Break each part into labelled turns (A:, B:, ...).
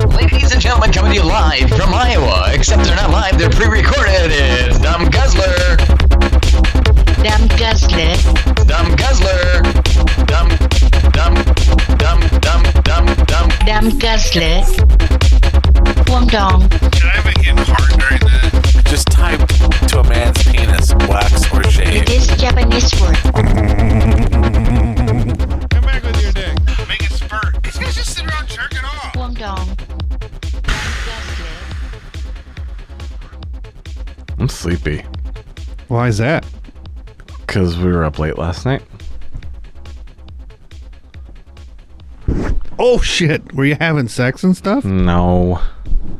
A: and gentlemen, coming to you live from Iowa. Except they're not live, they're pre recorded. It's Dumb Guzzler.
B: Dumb Guzzler.
A: Dumb Guzzler. Dumb, dumb, dumb, dumb, dumb, dumb.
B: Dumb Guzzler. Wong dong.
C: Can I make it hard during that?
D: Just type to a man's penis, wax or shave.
B: It is Japanese word.
C: Come back with your dick. Make it spurt. These guys just sit around jerking off.
B: Wong dong. Guzzler.
E: I'm sleepy
F: Why is that?
E: because we were up late last night.
F: Oh shit! Were you having sex and stuff?
E: No,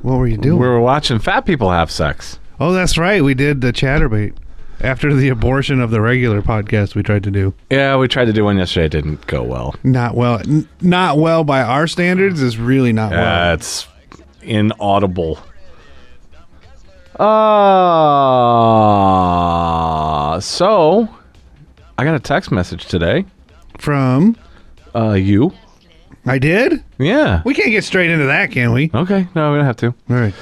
F: What were you
E: we
F: doing?
E: Hmm. were watching fat people have sex.
F: oh, that's right. We did the chatterbait after the abortion of the regular podcast we tried to do.
E: Yeah, we tried to do one yesterday. It didn't go well.
F: Not well. N- not well by our standards is really not well.
E: Uh, it's inaudible. Uh, so I got a text message today.
F: From
E: Uh, you?
F: I did.
E: Yeah.
F: We can't get straight into that, can we?
E: Okay. No, we don't have to.
F: All right.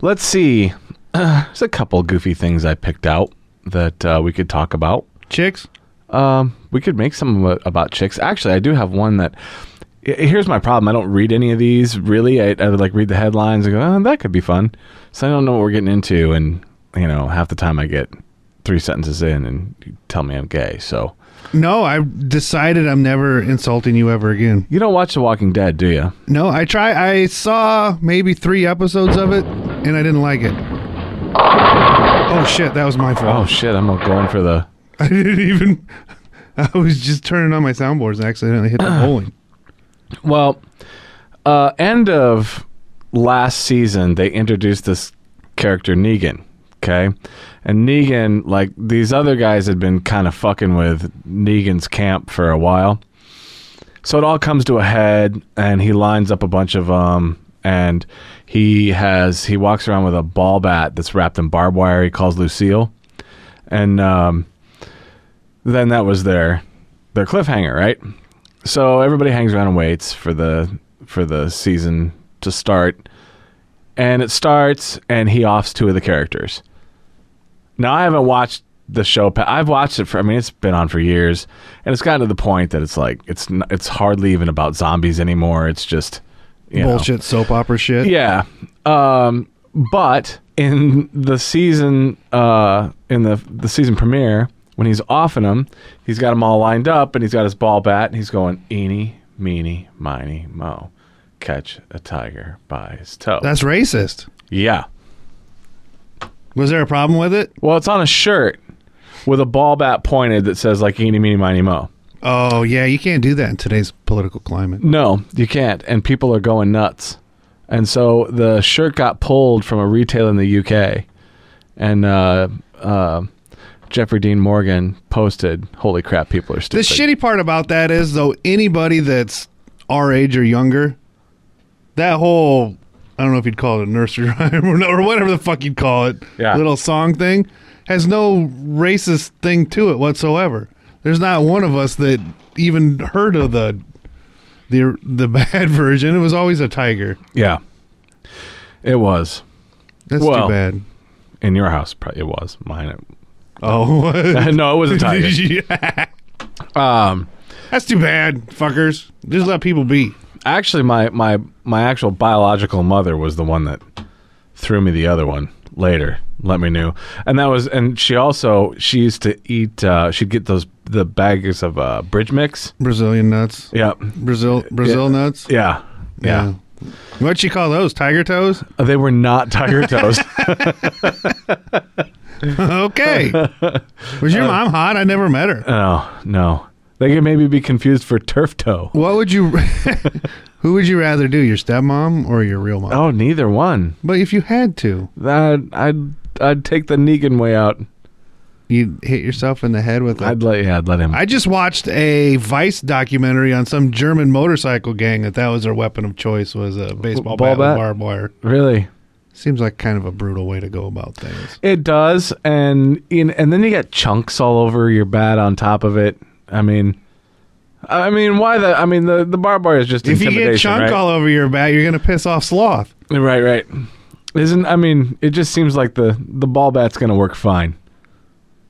E: Let's see. Uh, there's a couple goofy things I picked out that uh, we could talk about.
F: Chicks.
E: Um, we could make some about- about chicks. Actually, I do have one that. h- Here's my problem. I don't read any of these really. I, I would like read the headlines and go, oh, that could be fun. So I don't know what we're getting into, and you know, half the time I get three sentences in and you tell me I'm gay. So
F: No, I decided I'm never insulting you ever again.
E: you don't watch The Walking Dead, do you?
F: No, I try. I saw maybe three episodes of it, and I didn't like it. Oh shit! That was my fault.
E: Oh shit, I'm going for the.
F: I didn't even. I was just turning on my soundboards and accidentally hit the bowling.
E: Well, uh, end of last season, they introduced this character Negan. Okay, and Negan, like these other guys, had been kind of fucking with Negan's camp for a while. So it all comes to a head, and he lines up a bunch of um, and he has he walks around with a ball bat that's wrapped in barbed wire. He calls Lucille, and um, then that was their their cliffhanger, right? so everybody hangs around and waits for the for the season to start and it starts and he offs two of the characters now i haven't watched the show pa- i've watched it for i mean it's been on for years and it's gotten to the point that it's like it's n- it's hardly even about zombies anymore it's just you know.
F: Bullshit soap opera shit.
E: Yeah. Um, but in the season, uh, in the the season premiere, when he's offing them, he's got them all lined up, and he's got his ball bat, and he's going eeny, meeny, miny, mo, catch a tiger by his toe.
F: That's racist.
E: yeah.
F: Was there a problem with it?
E: Well, it's on a shirt with a ball bat pointed that says like eeny, meeny, miny, mo.
F: Oh yeah, you can't do that in today's political climate.
E: No, you can't. And people are going nuts. And so the shirt got pulled from a retailer in the UK. And uh, uh, Jeffrey Dean Morgan posted, Holy crap, people are
F: The
E: stupid.
F: shitty part about that is though, anybody that's our age or younger, that whole I don't know if you'd call it a nursery rhyme or, no- or whatever the fuck you'd call it,
E: Yeah.
F: little song thing, has no racist thing to it whatsoever. There's not one of us that even heard of the the the bad version. It was always a tiger.
E: yeah. It was.
F: That's
E: Well.
F: too bad.
E: In your house, probably it was. Mine, it,
F: Oh,
E: no, it was a tiger.
F: Yeah.
E: Um,
F: that's too bad, fuckers. Just let people be.
E: actually, my, my, my actual biological mother was the one that threw me the other one later. Let me know. And that was, and she also, she used to eat, uh, she'd get those, the bags of uh, bridge mix.
F: Brazilian nuts.
E: Yeah.
F: Brazil Brazil nuts.
E: Yeah. Yeah. Uh,
F: What'd you call those? Tiger toes?
E: They were not tiger toes.
F: okay. Was
E: Uh,
F: your mom hot? I never met her.
E: no, no. They could maybe be confused for turf toe.
F: What would you Who would you rather do, your stepmom or your real mom?
E: Oh, neither one.
F: But if you had to,
E: That I'd I'd take the Negan way out.
F: you'd hit yourself in the head with a
E: I'd let yeah, I'd let him.
F: I just watched a Vice documentary on some German motorcycle gang that that was their weapon of choice was a baseball
E: Ball
F: bat,
E: bat?
F: with barbed wire.
E: really.
F: Seems like kind of a brutal way to go about things.
E: It does, and in, and then you got chunks all over your bat on top of it. I mean, I mean, why the? I mean, the the barbed wire is just
F: If you
E: intimidation,
F: get chunk
E: right?
F: all over your back, you're gonna piss off sloth.
E: Right, right. Isn't I mean, it just seems like the the ball bat's going to work fine.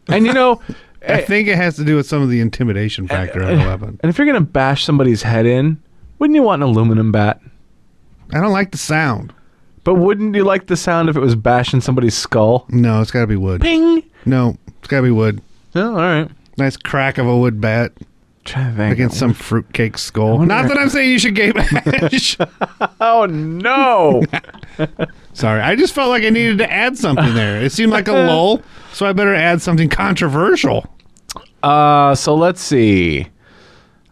E: And you know,
F: I think it has to do with some of the intimidation factor of the weapon.
E: and if you're going to bash somebody's head in, wouldn't you want an aluminum bat?
F: I don't like the sound.
E: But wouldn't you like the sound if it was bashing somebody's skull?
F: No, it's gotta be wood.
E: Ping.
F: No, it's gotta be wood.
E: Oh, all right.
F: Nice crack of a wood bat
E: Trying to think.
F: against some fruitcake skull.
E: wonder-
F: Not that I'm saying you should gay bash.
E: Oh no!
F: Sorry, I just felt like I needed to add something there. It seemed like a lull, so I better add something controversial.
E: uh, so let's see.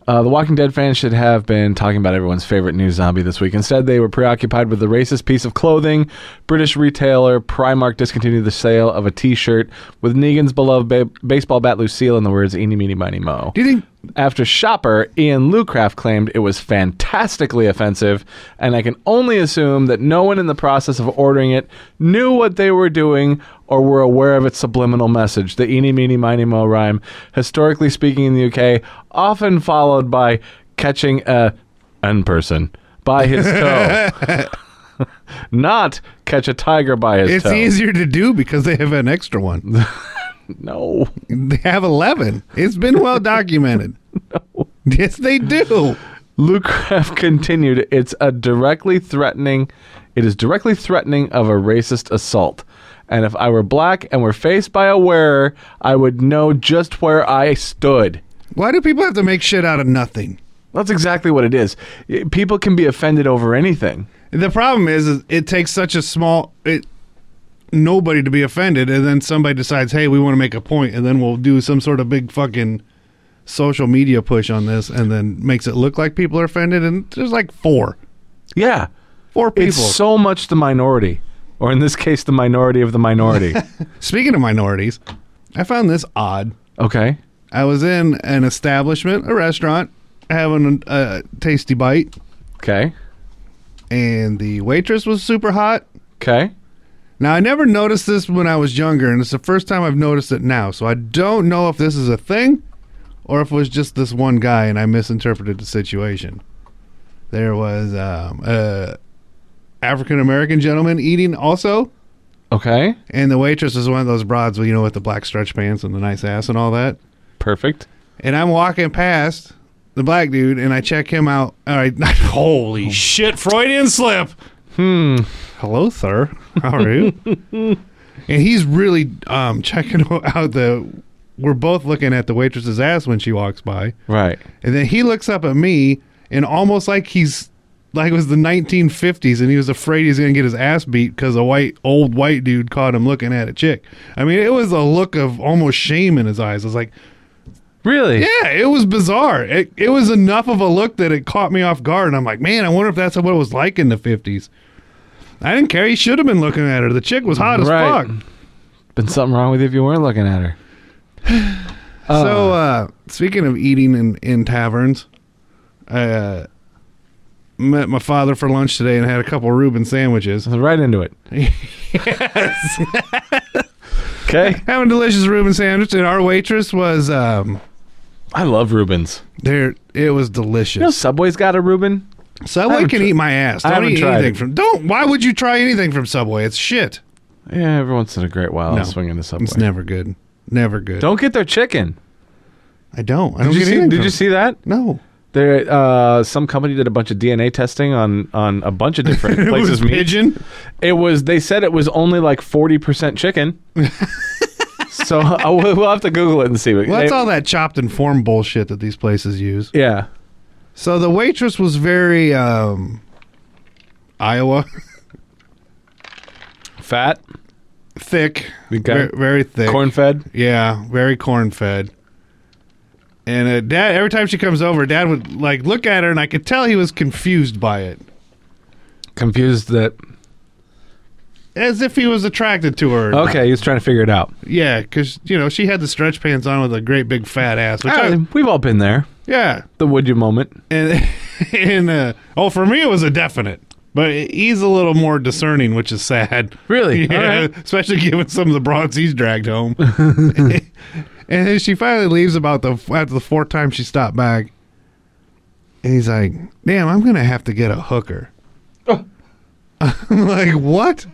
E: Uh, the Walking Dead fans should have been talking about everyone's favorite new zombie this week. Instead, they were preoccupied with the racist piece of clothing. British retailer Primark discontinued the sale of a T-shirt with Negan's beloved ba- baseball bat Lucille in the words "Eeny, meeny, miny, mo."
F: Do you think
E: After Shopper, Ian Lucraft claimed it was fantastically offensive, and I can only assume that no one in the process of ordering it knew what they were doing or were aware of its subliminal message. The eeny, meeny, miny, mo rhyme, historically speaking in the UK, often followed by catching a N person by his toe. Not catch a tiger by his
F: it's
E: toe.
F: easier to do because they have an extra one?
E: No.
F: They have 11. It's been well documented. Yes, they do.
E: Lucraft continued, "It's a directly threatening. It is directly threatening of a racist assault. And if I were black and were faced by a wearer, I would know just where I stood."
F: Why do people have to make shit out of nothing?
E: That's exactly what it is. Y- People can be offended over anything.
F: The problem is, is it takes such a small it nobody to be offended, and then somebody decides, hey, we want to make a point, and then we'll do some sort of big fucking social media push on this, and then makes it look like people are offended, and there's like four,
E: Yeah,
F: four people.
E: it's so much the minority, or in this case, the minority of the minority.
F: Speaking of minorities, I found this odd.
E: okay.
F: I was in an establishment, a restaurant, having a tasty bite,
E: Okay.
F: and the waitress was super hot.
E: Okay.
F: Now, I never noticed this when I was younger, and it's the first time I've noticed it now. So I don't know if this is a thing or if it was just this one guy and I misinterpreted the situation. There was um, a African American gentleman eating also,
E: Okay.
F: and the waitress was one of those broads, you know, with the black stretch pants and the nice ass and all that.
E: Perfect.
F: And I'm walking past the black dude, and I check him out. All right, holy shit, Freudian slip.
E: Hmm.
F: hello sir how are you and he's really um checking out the we're both looking at the waitress's ass when she walks by
E: Right.
F: and then he looks up at me and almost like he's like it was the 1950s and he was afraid he's gonna get his ass beat because a white old white dude caught him looking at a chick i mean it was a look of almost shame in his eyes i was like
E: Really?
F: yeah it was bizarre it, it was enough of a look that it caught me off guard and i'm like man i wonder if that's what it was like in the 50s i didn't care he should have been looking at her the chick was hot
E: Right.
F: as fuck
E: Been something wrong with you if you weren't looking at her.
F: so uh speaking of eating in in taverns i uh met my father for lunch today and had a couple reuben sandwiches
E: Right into it. Okay.
F: having a delicious reuben sandwich and our waitress was um
E: I love Rubens.
F: there it was delicious
E: You know, Subway's got a Reuben.
F: subway
E: haven't
F: can
E: tri-
F: eat my ass
E: I
F: don't
E: haven't
F: eat
E: tried
F: anything
E: it.
F: from don't why would you try anything from subway it's shit
E: Yeah, every once in a great while,
F: No.
E: I'll swing into Subway.
F: It's never good. Never good.
E: Don't get their chicken.
F: I don't. I don't
E: Did you
F: get
E: see?
F: anything
E: Did
F: from
E: you
F: it.
E: see that?
F: No.
E: There, uh, some company did a bunch of DNA testing on on a bunch of different
F: It
E: places.
F: was
E: meat.
F: pigeon.
E: It was. They said it was only like forty percent chicken. so uh, we'll, we'll have to Google it and see. What,
F: Well, that's
E: they-
F: all that chopped and formed bullshit that these places use.
E: Yeah.
F: So the waitress was very um, Iowa
E: Fat,
F: thick,
E: Okay.
F: very, very thick.
E: corn fed.
F: Yeah, very corn fed. And uh, dad, every time she comes over, dad would like look at her, and I could tell he was confused by it,
E: Confused that.
F: as if he was attracted to her.
E: Okay, he was trying to figure it out.
F: Yeah, because you know she had the stretch pants on with a great big fat ass. Which
E: Ah,
F: I,
E: we've all been there.
F: yeah,
E: The would you moment.
F: and and uh, oh, for me it was a definite. But he's a little more discerning, which is sad.
E: Really? All
F: Yeah,
E: right.
F: especially given some of the broads he's dragged home. and then she finally leaves about the after the fourth time she stopped back, And he's like, damn, I'm going to have to get a hooker. I'm like, what?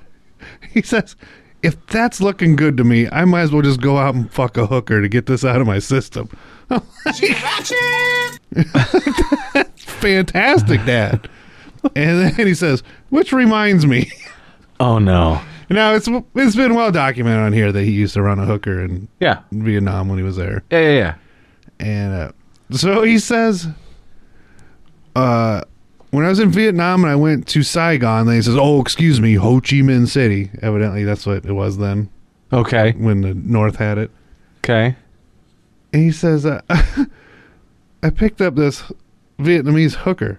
F: He says, if that's looking good to me, I might as well just go out and fuck a hooker to get this out of my system. Fantastic, Dad. and then he says, which reminds me.
E: Oh no.
F: Now, it's, it's been well documented on here that he used to run a hooker in
E: Yeah.
F: Vietnam when he was there.
E: Yeah. Yeah. yeah.
F: And uh, so he says, uh, when I was in Vietnam and I went to Saigon, then he says, oh, excuse me, Ho Chi Minh City. Evidently, that's what it was then
E: Okay.
F: when the North had it.
E: Okay.
F: And he says, uh, I picked up this Vietnamese hooker.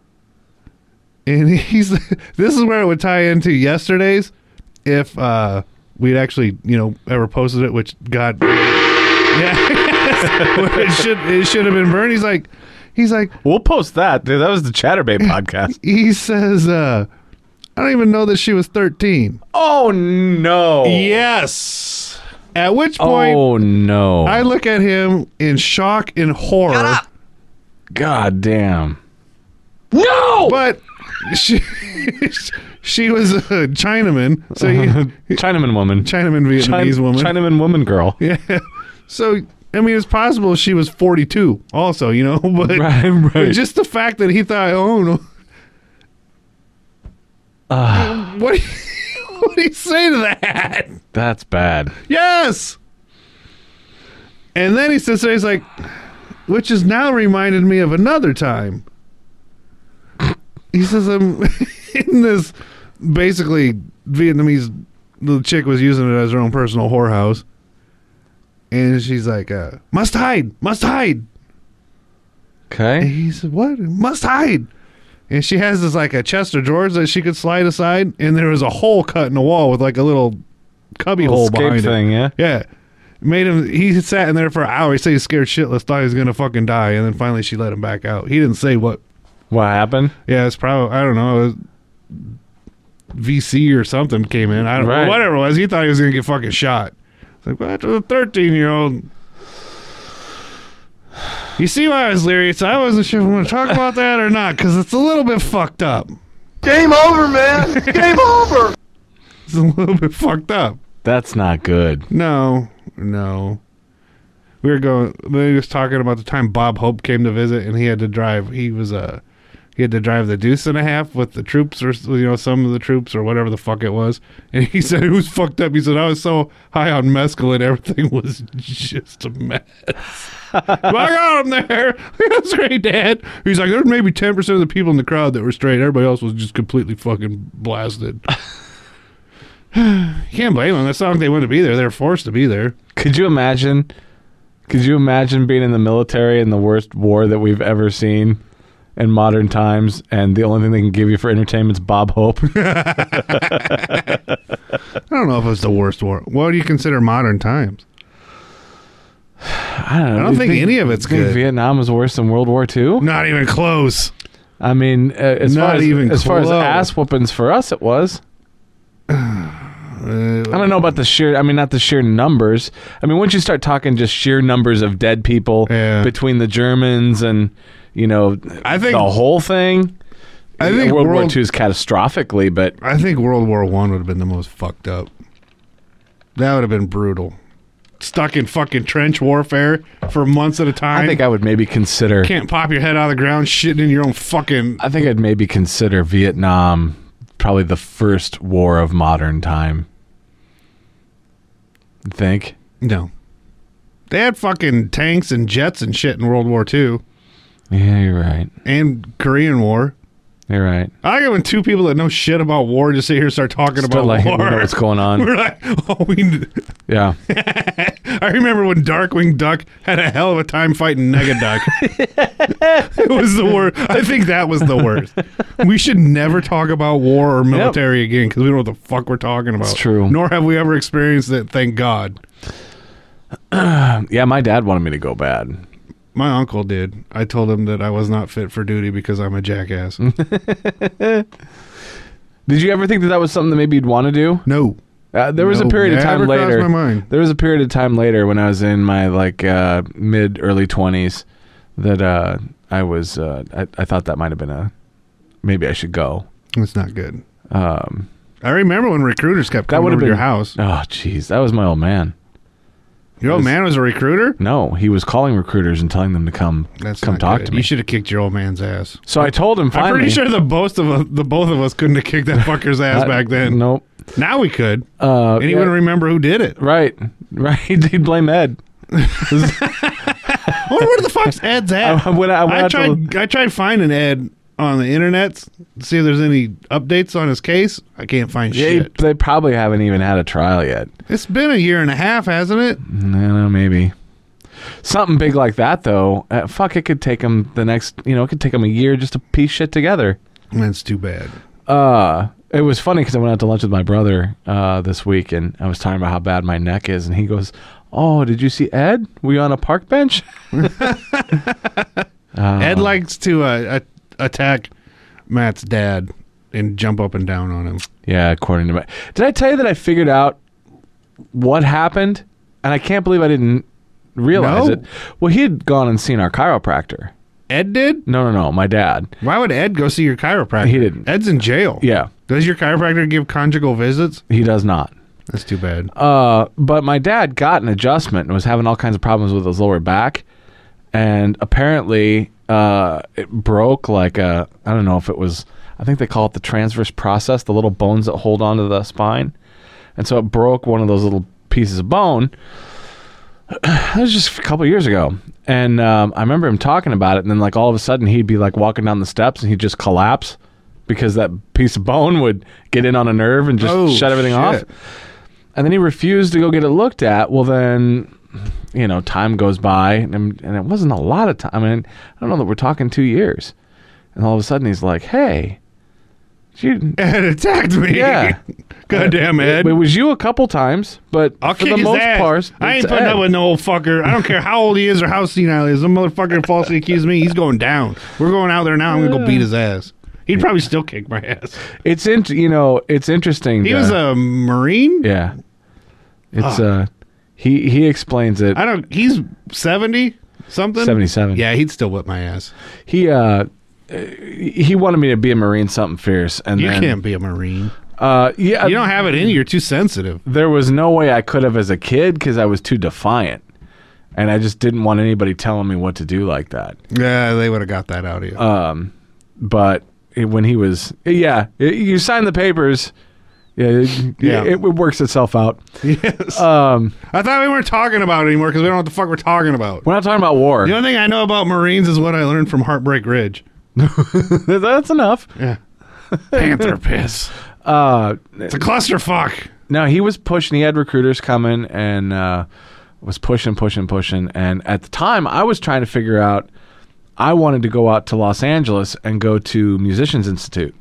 F: And he's, this is where it would tie into yesterday's if uh, we'd actually, you know, ever posted it, which God. Yeah. Where it should it should have been burned. He's like, he's like,
E: We'll post that. Dude, that was the Chatterbait podcast.
F: he says, uh, I don't even know that she was 13.
E: oh no.
F: Yes. At which point,
E: Oh no.
F: I look at him in shock and horror.
E: God damn.
F: But she she was a Chinaman, so you,
E: Chinaman woman.
F: Chinaman Vietnamese
E: Chin-
F: woman.
E: Chinaman woman girl.
F: Yeah. So I mean, it's possible she was forty two, also, you know. But,
E: Right,
F: but
E: right.
F: just the fact that he thought, oh no, what do you, what do you say to that?
E: That's bad.
F: Yes. And then he sits there. He's like, which has now reminded me of another time. He says, I'm in this basically Vietnamese little chick was using it as her own personal whorehouse. And she's like, uh, must hide, must hide. And
E: Okay.
F: he said, what? Must hide. And she has this like a chest of drawers that she could slide aside. And there was a hole cut in the wall with like a little cubby
E: Little
F: hole
E: escape
F: behind it.
E: thing, yeah.
F: Yeah. Made him. He sat in there for an hour. He said he's scared shitless, thought he was gonna fucking die, and then finally she let him back out. He didn't say what.
E: What happened?
F: Yeah, it's probably I don't know. It was VC or something came in. I don't
E: Right.
F: know. Whatever it was, he thought he was gonna get fucking shot. It's like what a thirteen year old. You see why I was leery? So I wasn't sure if I want to talk about that or not because it's a little bit fucked up.
G: Game over, man. Game over.
F: It's a little bit fucked up.
E: That's not good.
F: No, no. We were going. They was talking about the time Bob Hope came to visit, and he had to drive. He was Uh, he had to drive the deuce and a half with the troops, or you know, some of the troops, or whatever the fuck it was. And he said it was fucked up. He said I was so high on mescaline, everything was just a mess. But I got him there. That's great, Dad. He's like, there's maybe ten percent of the people in the crowd that were straight. Everybody else was just completely fucking blasted. you can't blame them. That's not like they want to be there. They're forced to be there.
E: Could you imagine? Could you imagine being in the military in the worst war that we've ever seen in modern times, and the only thing they can give you for entertainment's Bob Hope?
F: I don't know if it's the worst war. What do you consider modern times?
E: I don't, know.
F: I don't
E: You
F: think any of it's
E: you think
F: good.
E: Vietnam was worse than World War II.
F: Not even close.
E: I mean, uh, as
F: Not
E: far as,
F: even
E: as far as
F: close.
E: ass whoopings for us, it was. I don't know about the sheer. I mean, not the sheer numbers. I mean, once you start talking just sheer numbers of dead people
F: Yeah.
E: between the Germans and you know,
F: I think-
E: the whole thing.
F: I
E: Yeah,
F: think
E: World, War
F: World-
E: II is catastrophically, but
F: I think World War One would have been the most fucked up. That would have been brutal. Stuck in fucking trench warfare for months at a time.
E: I think I would maybe consider.
F: can't pop your head out of the ground, shitting in your own fucking.
E: I think I'd maybe consider Vietnam probably the first war of modern time. You Think
F: No, they had fucking tanks and jets and shit in World War Two
E: yeah, you're right.
F: and Korean War.
E: You're right.
F: I like it when two people that know shit about war just sit here and start talking
E: Still
F: about
E: like we
F: war.
E: know what's going on.
F: We're like, oh, we.
E: Yeah,
F: I remember when Darkwing Duck had a hell of a time fighting Negaduck. it was the worst. I think that was the worst. We should never talk about war or military again because we don't know what the fuck we're talking about.
E: It's true.
F: Nor have we ever experienced it. Thank God.
E: Um, yeah. My dad wanted me to go bad.
F: My uncle did. I told him that I was not fit for duty because I'm a jackass.
E: Did you ever think that that was something that maybe you'd want to do?
F: no.
E: Uh, there was a
F: No,
E: period of time
F: never crossed
E: later.
F: my mind.
E: There was a period of time later when I was in my like uh, mid early twenties that uh, I was. Uh, I, I thought that might have been a. Maybe I should go.
F: It's not good.
E: Um,
F: I remember when recruiters kept
E: that
F: coming
E: would
F: over
E: have
F: to
E: been
F: your
E: Oh,
F: house.
E: jeez, that was my old man.
F: Your old man was a recruiter.
E: No, he was calling recruiters and telling them to come
F: That's
E: come
F: not
E: talk
F: good.
E: to me.
F: You should have kicked your old man's ass.
E: so I told him finally.
F: I'm pretty sure the both of us, the both of us couldn't have kicked that fucker's ass
E: I-
F: back then.
E: Nope.
F: Now we could.
E: Uh,
F: and he wouldn't
E: yeah,
F: remember who did it.
E: right, right. He'd blame Ed.
F: I wonder where the fuck's Ed's at.
E: I- I went- I went out to-
F: tried. I tried finding Ed on the internet to see if there's any updates on his case. I can't find
E: They,
F: shit.
E: they probably haven't even had a trial yet.
F: It's been a year and a half, hasn't it?
E: I don't know, maybe. Something big like that, though. Uh, fuck, it could take them the next. You know, it could take them a year just to piece shit together.
F: That's too bad.
E: Uh, it was funny because I went out to lunch with my brother uh, this week, and I was talking about how bad my neck is, and he goes, "Oh, did you see Ed? Were you on a park bench?" Uh-huh.
F: Ed likes to uh, a- attack Matt's dad and jump up and down on him.
E: Yeah, according to my. Did I tell you that I figured out what happened? And I can't believe I didn't realize
F: No.
E: it. Well, he had gone and seen our chiropractor.
F: Ed did?
E: No, no, no, my dad.
F: Why would Ed go see your chiropractor?
E: He didn't.
F: Ed's in jail.
E: Yeah,
F: Does your chiropractor give conjugal visits?
E: he does not.
F: That's too bad.
E: Uh, but my dad got an adjustment and was having all kinds of problems with his lower back, and apparently uh, it broke like a I don't know if it was I think they call it the transverse process, the little bones that hold onto the spine, and so it broke one of those little pieces of bone. that was just a couple years ago, and um, I remember him talking about it, and then like all of a sudden he'd be like walking down the steps and he'd just collapse because that piece of bone would get in on a nerve and just
F: Oh,
E: shut everything off
F: shit.
E: and then he refused to go get it looked at. Well, then, you know, time goes by, and, and it wasn't a lot of time. I mean, I don't know that we're talking two years, and all of a sudden he's like, "Hey, did you,
F: Ed attacked me.
E: Yeah.
F: Goddamn Ed.
E: it was you a couple times, but
F: I'll
E: for
F: kick
E: the
F: his
E: most
F: ass.
E: part,
F: I ain't
E: it's
F: putting
E: Ed.
F: up with no old fucker. I don't care how old he is or how senile he is. Some motherfucker falsely accused me. He's going down. We're going out there now. I'm gonna go beat his ass. He'd probably still kick my ass.
E: It's in, you know, it's interesting.
F: He
E: to-
F: was a marine.
E: yeah. It's uh, he he explains it.
F: I don't. He's seventy something.
E: 77.
F: Yeah, he'd still whip my ass.
E: He uh, he wanted me to be a marine, something fierce, and
F: You
E: then
F: can't be a marine.
E: uh, yeah,
F: You don't have it in you. You're too sensitive.
E: there was no way I could have as a kid because I was too defiant, and I just didn't want anybody telling me what to do like that.
F: Yeah, they would have got that out of you.
E: But it- when he was, yeah, i- you sign the papers, yeah, it,
F: Yeah.
E: it, it works itself out.
F: yes. I thought we weren't talking about it anymore because we don't know what the fuck we're talking about.
E: We're not talking about war.
F: The only thing I know about Marines is what I learned from Heartbreak Ridge.
E: That's enough.
F: Yeah. Panther piss.
E: Uh,
F: It's a clusterfuck.
E: no, he was pushing. He had recruiters coming and uh, was pushing, pushing, pushing. And at the time, I was trying to figure out. I wanted to go out to Los Angeles and go to Musicians Institute,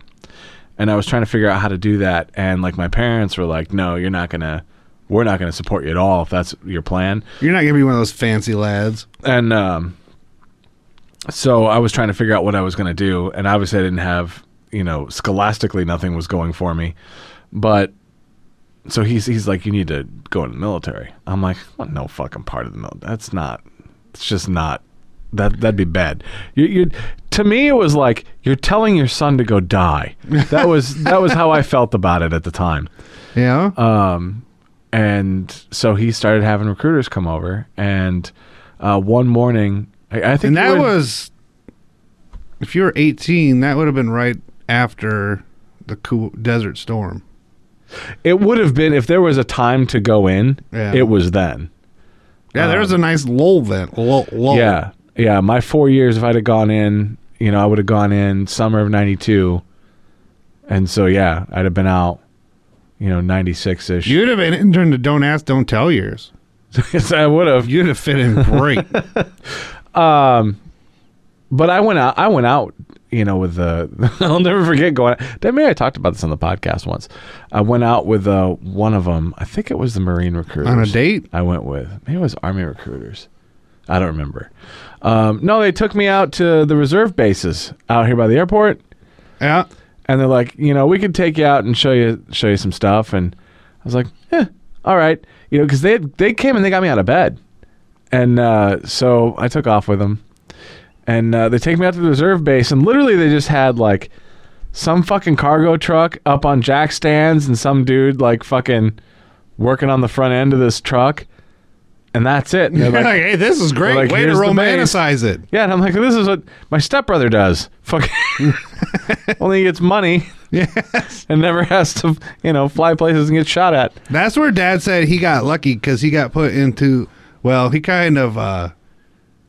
E: and I was trying to figure out how to do that. And like my parents were like, "No, you're not gonna. We're not gonna support you at all if that's your plan."
F: You're not gonna be one of those fancy lads.
E: and um, so I was trying to figure out what I was going to do, and obviously I didn't have, you know, scholastically nothing was going for me, but so he's he's like, you need to go in the military. I'm like, "What? no fucking part of the military. That's not. It's just not. That that'd be bad. You you to me it was like you're telling your son to go die. That was that was how I felt about it at the time
F: Yeah.
E: and so he started having recruiters come over and uh, one morning i, I think
F: and
E: you
F: that
E: were-
F: was if you were 18, that would have been right after the cool Desert Storm.
E: it would have been if there was a time to go in
F: Yeah.
E: it was then
F: Yeah, there was a nice lull then. Lull, lull.
E: yeah yeah my four years if i'd have gone in you know i would have gone in summer of 92 and so yeah i'd have been out you know 96ish
F: You'd have been intern to Don't Ask, Don't Tell years.
E: yes i would have
F: You'd have fit in great.
E: but I went out. I went out. You know, with the I'll never forget going. Out, maybe I talked about this on the podcast once. I went out with uh, one of them. I think it was the Marine recruiters
F: On a date?
E: I went with. Maybe it was Army recruiters. I don't remember. Um, no, they took me out to the reserve bases out here by the airport,
F: yeah.
E: and they're like, you know, we could take you out and show you show you some stuff. And I was like, eh, all right, you know, because they had, they came and they got me out of bed, and uh, so I took off with them, and uh, they take me out to the reserve base, and literally they just had like some fucking cargo truck up on jack stands, and some dude like fucking working on the front end of this truck, and that's it. And they're
F: Like,
E: like,
F: hey, this is great.
E: like,
F: Way to
E: here's the
F: romanticize it.
E: yeah, and I'm like, this is what my stepbrother does. Fuck. Only he gets money
F: Yes.
E: and never has to, you know, fly places and get shot at.
F: That's where Dad said he got lucky because he got put into. Well, he kind of uh,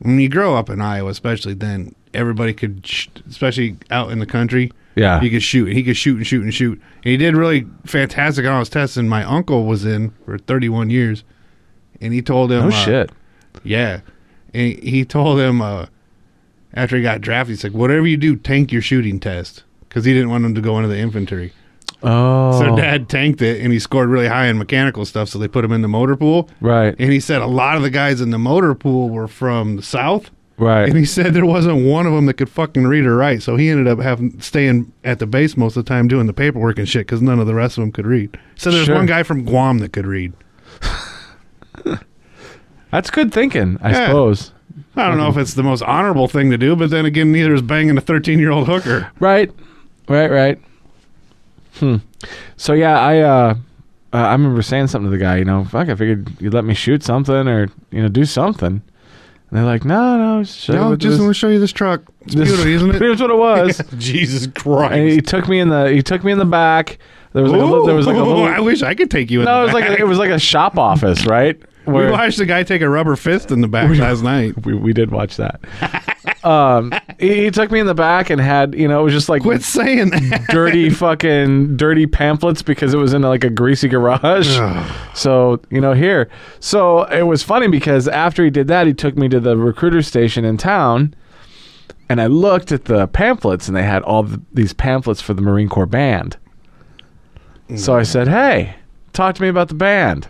F: when you grow up in Iowa, especially then, everybody could, sh- especially out in the country.
E: Yeah.
F: he could shoot. He could shoot and shoot and shoot. And he did really fantastic on his tests. And my uncle was in for 31 years, and he told
E: No
F: him, uh,
E: shit.
F: yeah." And he told him uh, after he got drafted, he's like, "Whatever you do, tank your shooting test," because he didn't want him to go into the infantry.
E: Oh.
F: So dad tanked it and he scored really high in mechanical stuff. So they put him in the motor pool.
E: Right.
F: And he said a lot of the guys in the motor pool were from the South.
E: Right.
F: And he said there wasn't one of them that could fucking read or write. So he ended up having staying at the base most of the time doing the paperwork and shit because none of the rest of them could read. So there's
E: Sure.
F: one guy from Guam that could read.
E: That's good thinking, I
F: Yeah.
E: suppose.
F: I don't know if it's the most honorable thing to do, but then again, neither is banging a 13 year old hooker.
E: Right. Right, right. Hmm. So yeah, I uh uh, I remember saying something to the guy, you know, fuck, I figured you'd let me shoot something or, you know, do something. And they're like, no, no, it's just,
F: No, just want to
E: this,
F: show you this truck. It's
E: this-
F: beautiful, isn't it?
E: Here's what it was.
F: Jesus Christ.
E: and he took me in the he took me in the back. There was like a, li- there was like a
F: Ooh,
E: little
F: I wish I could take you in
E: no,
F: the
E: it was like
F: back.
E: a, it was like a shop office, right?
F: We
E: Where-
F: watched a guy take a rubber fist in the back last night.
E: we, we did watch that. um, he, he took me in the back and had you know it was just like
F: Quit saying that.
E: dirty fucking dirty pamphlets because it was in like a greasy garage. so you know here, so it was funny because after he did that, he took me to the recruiter station in town, and I looked at the pamphlets and they had all the, these pamphlets for the Marine Corps band. So I said, "Hey, talk to me about the band."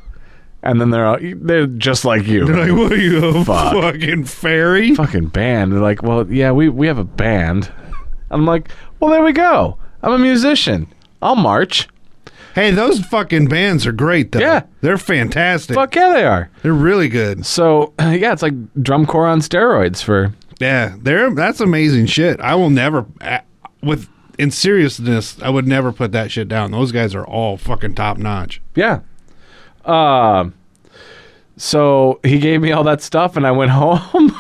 E: And then they're all, they're just like you
F: They're like, what are you, a
E: Fuck.
F: fucking fairy?
E: fucking band. They're like, well, yeah, we, we have a band. I'm like, well, there we go. I'm a musician. I'll march.
F: Hey, those fucking bands are great, though.
E: Yeah.
F: They're fantastic.
E: Fuck yeah, they are.
F: They're really good.
E: So yeah, it's like drum corps on steroids for
F: Yeah, they're that's amazing shit. I will never, uh, with in seriousness, I would never put that shit down. Those guys are all fucking top notch.
E: yeah. Um, so he gave me all that stuff, and I went home.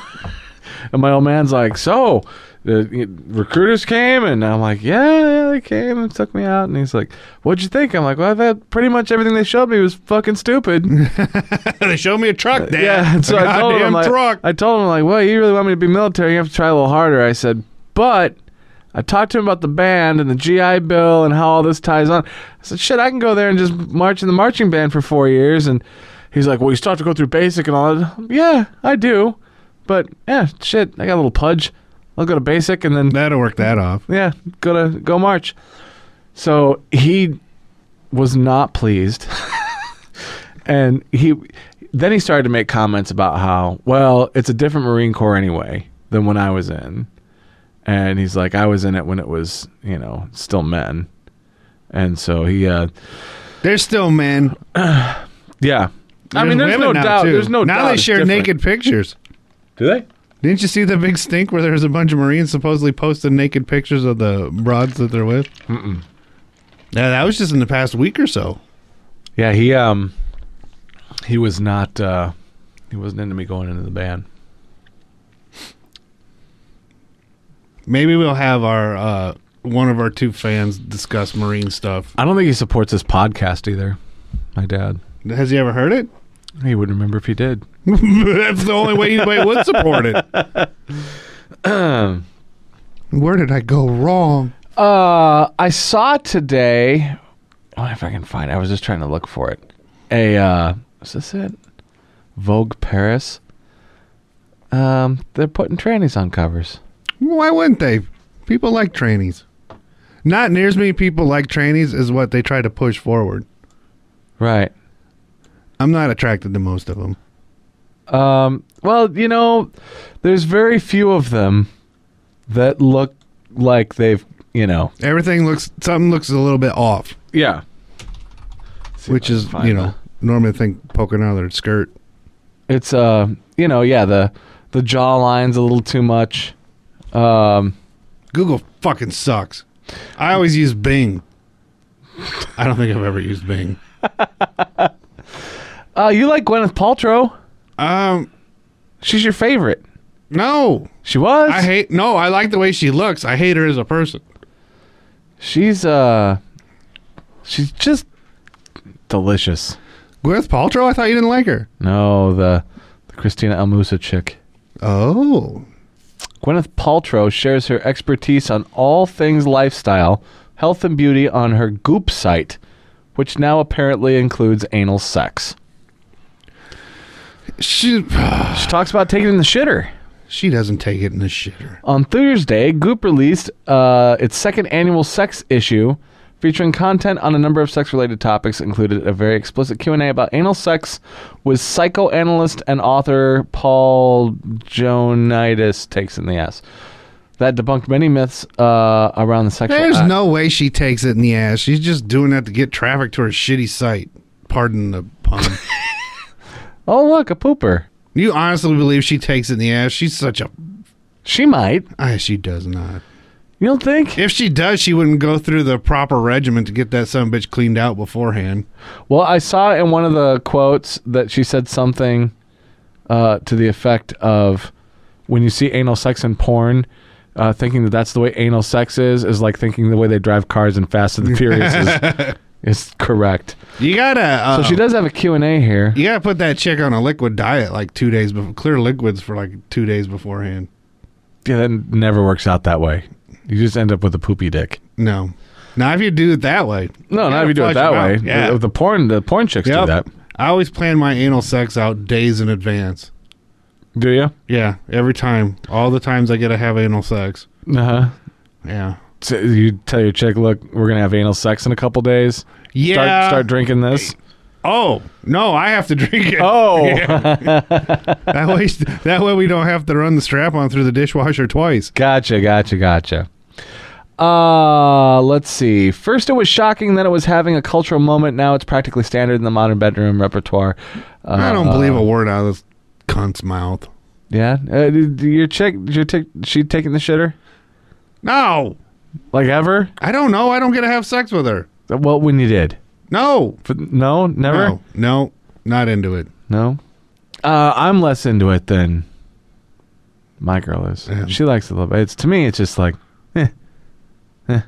E: and my old man's like, so the recruiters came, and I'm like, yeah, yeah, they came and took me out. And he's like, what'd you think? I'm like, well, that pretty much everything they showed me was fucking stupid.
F: they showed me a truck, Dad.
E: Yeah, and so
F: a
E: I told him
F: goddamn
E: like,
F: truck.
E: I told him like, well, you really want me to be military? You have to try a little harder. I said, but I talked to him about the band and the GI Bill and how all this ties on. I said, shit, I can go there and just march in the marching band for four years. And he's like, well, you still have to go through basic and all that. Yeah, I do, but yeah, shit, I got a little pudge. I'll go to basic and then
F: That'll work that off.
E: yeah, go to go march. So he was not pleased, and he then he started to make comments about how well it's a different Marine Corps anyway than when I was in, and he's like I was in it when it was you know still men, and so he uh
F: They're still men.
E: yeah. I mean, there's no
F: women now,
E: doubt.
F: too.
E: There's no
F: now
E: doubt.
F: they
E: it's
F: share
E: different.
F: naked pictures.
E: Do they?
F: Didn't you see the big stink where there was a bunch of Marines supposedly posting naked pictures of the broads that they're with? Mm-mm. Yeah, that was just in the past week or so.
E: Yeah, he um he was not uh he wasn't into me going into the band.
F: Maybe we'll have our uh, one of our two fans discuss Marine stuff.
E: I don't think he supports this podcast either. My dad.
F: Has he ever heard it?
E: He would remember if he did.
F: That's the only way anybody would support it. Where did I go wrong?
E: Uh, I saw today. I wonder if I can find. It. I was just trying to look for it. A uh, is this it? Vogue Paris. Um, they're putting trannies on covers.
F: Why wouldn't they? People like trannies. Not near as many people like trannies is what they try to push forward.
E: Right.
F: I'm not attracted to most of them.
E: Um, well, you know, there's very few of them that look like they've, you know.
F: Everything looks something looks a little bit off.
E: Yeah.
F: which is
E: find
F: you know normally think poking out of their skirt.
E: It's uh, you know, yeah, the the jaw line's a little too much. Um,
F: Google fucking sucks. I always use Bing. I don't think I've ever used Bing.
E: uh, you like Gwyneth Paltrow?
F: Um,
E: She's your favorite.
F: no,
E: She was.
F: I hate. No, I like the way she looks. I hate her as a person.
E: She's uh, she's just delicious.
F: Gwyneth Paltrow. I thought you didn't like her.
E: No, the, the Christina Almusa chick.
F: Oh,
E: Gwyneth Paltrow shares her expertise on all things lifestyle, health, and beauty on her Goop site, which now apparently includes anal sex.
F: she
E: She talks about taking it in the shitter.
F: she doesn't take it in the shitter.
E: On Thursday, Goop released uh, its second annual sex issue, featuring content on a number of sex-related topics, included a very explicit Q&A about anal sex with psychoanalyst and author Paul Jonides takes in the ass. That debunked many myths uh, around the sexual
F: There's
E: act.
F: no way she takes it in the ass. She's just doing that to get traffic to her shitty site. Pardon the pun.
E: Oh, look, a pooper.
F: you honestly believe she takes it in the ass? She's such a.
E: She might.
F: Ah, she does not.
E: You don't think?
F: If she does, she wouldn't go through the proper regimen to get that son bitch cleaned out beforehand.
E: Well, I saw in one of the quotes that she said something uh, to the effect of when you see anal sex in porn, uh, thinking that that's the way anal sex is, is like thinking the way they drive cars in Fast and the Furious is, is correct.
F: You gotta. Uh,
E: So she does have a Q&A here.
F: You gotta put that chick on a liquid diet like two days before. Clear liquids for like two days beforehand.
E: Yeah, that never works out that way. You just end up with a poopy dick.
F: No. Now if you do it that way.
E: No, not
F: gotta
E: if you do it
F: flush
E: that
F: them
E: way.
F: out. Yeah.
E: The, the porn, the porn chicks do
F: Yep.
E: that.
F: I always plan my anal sex out days in advance.
E: Do you?
F: Yeah, every time. All the times I get to have anal sex.
E: Uh huh.
F: Yeah.
E: So you tell your chick, look, we're gonna have anal sex in a couple days.
F: Yeah.
E: Start start drinking this.
F: Oh no, I have to drink it.
E: Oh,
F: that way, that way we don't have to run the strap on through the dishwasher twice.
E: gotcha, gotcha, gotcha. Uh, let's see. First, it was shocking that it was having a cultural moment. Now it's practically standard in the modern bedroom repertoire. Uh,
F: I don't believe a word out of this cunt's mouth.
E: Yeah, uh, d- d- your chick, your chick, she taking the shitter
F: No,
E: like ever?
F: I don't know. I don't get to have sex with her.
E: Well, when you did?
F: No,
E: F- no, never.
F: no, no, not into it.
E: No. Uh, I'm less into it than my girl is.
F: Yeah.
E: She likes it a little bit. It's to me, it's just like, eh, eh.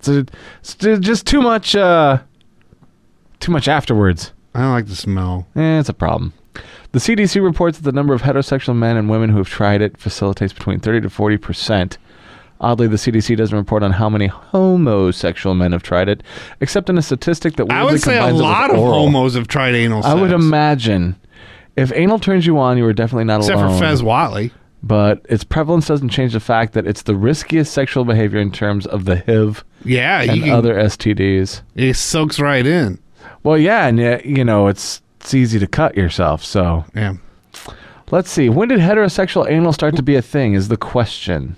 E: It's, a- it's ju- just too much. Uh, too much afterwards.
F: I don't like the smell.
E: Eh, it's a problem. The CDC reports that the number of heterosexual men and women who have tried it facilitates between 30 to 40 percent. Oddly, the CDC doesn't report on how many homosexual men have tried it, except in a statistic that
F: I
E: weirdly
F: would say a
E: combines it with
F: lot of
E: oral.
F: homos have tried anal sex.
E: I would imagine if anal turns you on, you are definitely not
F: except
E: alone.
F: for Fez Watley.
E: But its prevalence doesn't change the fact that it's the riskiest sexual behavior in terms of the HIV
F: Yeah,
E: and
F: you can,
E: other STDs.
F: it soaks right in.
E: Well, yeah, and yet, you know it's it's easy to cut yourself. So
F: Yeah.
E: let's see. When did heterosexual anal start to be a thing? Is the question.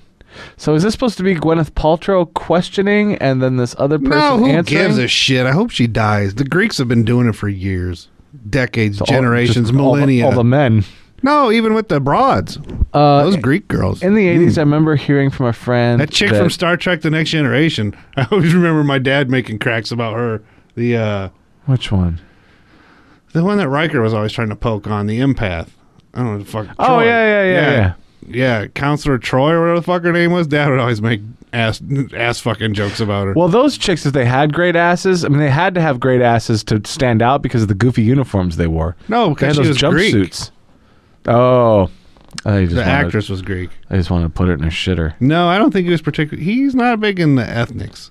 E: So is this supposed to be Gwyneth Paltrow questioning and then this other person
F: No, who
E: answering?
F: gives a shit? I hope she dies. The Greeks have been doing it for years, decades,
E: All-
F: generations,
E: just all the-
F: millennia.
E: All the men.
F: no, even with the broads,
E: Uh,
F: those Greek girls.
E: in the 80s, I remember hearing from a friend
F: Hmm. That chick from Star Trek: The Next Generation. I always remember my dad making cracks about her. The uh,
E: which one?
F: the one that Riker was always trying to poke on the empath. I don't know the fuck.
E: Oh
F: Troy.
E: yeah, yeah, yeah, yeah.
F: yeah, Counselor Troy or whatever the fuck her name was. Dad would always make ass ass fucking jokes about her.
E: Well, those chicks, if they had great asses, I mean, they had to have great asses to stand out because of the goofy uniforms they wore.
F: no,
E: They had
F: because she
E: those
F: was Greek.
E: jumpsuits. Oh, I just
F: The
E: wanted,
F: actress was Greek.
E: I just wanted to put it in her shitter.
F: No, I don't think he was particular. He's not big in the ethnics.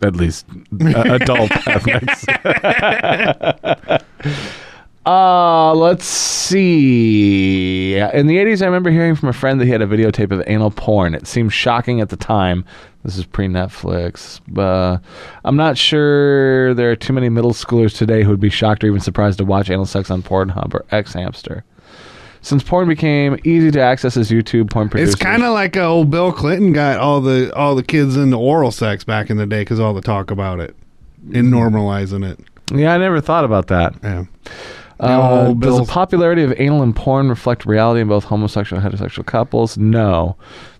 E: At least uh, adult ethnics. uh, let's see. In the 80s, I remember hearing from a friend that he had a videotape of anal porn. It seemed shocking at the time. This is pre Netflix. Uh, I'm not sure there are too many middle schoolers today who would be shocked or even surprised to watch anal sex on Pornhub or X Hamster. Since porn became easy to access as YouTube porn producers.
F: It's kind of like uh, old Bill Clinton got all the all the kids into oral sex back in the day because all the talk about it and normalizing it.
E: Yeah, I never thought about that.
F: Yeah.
E: Uh,
F: No,
E: does the
F: Bill's-
E: popularity of anal and porn reflect reality in both homosexual and heterosexual couples? No.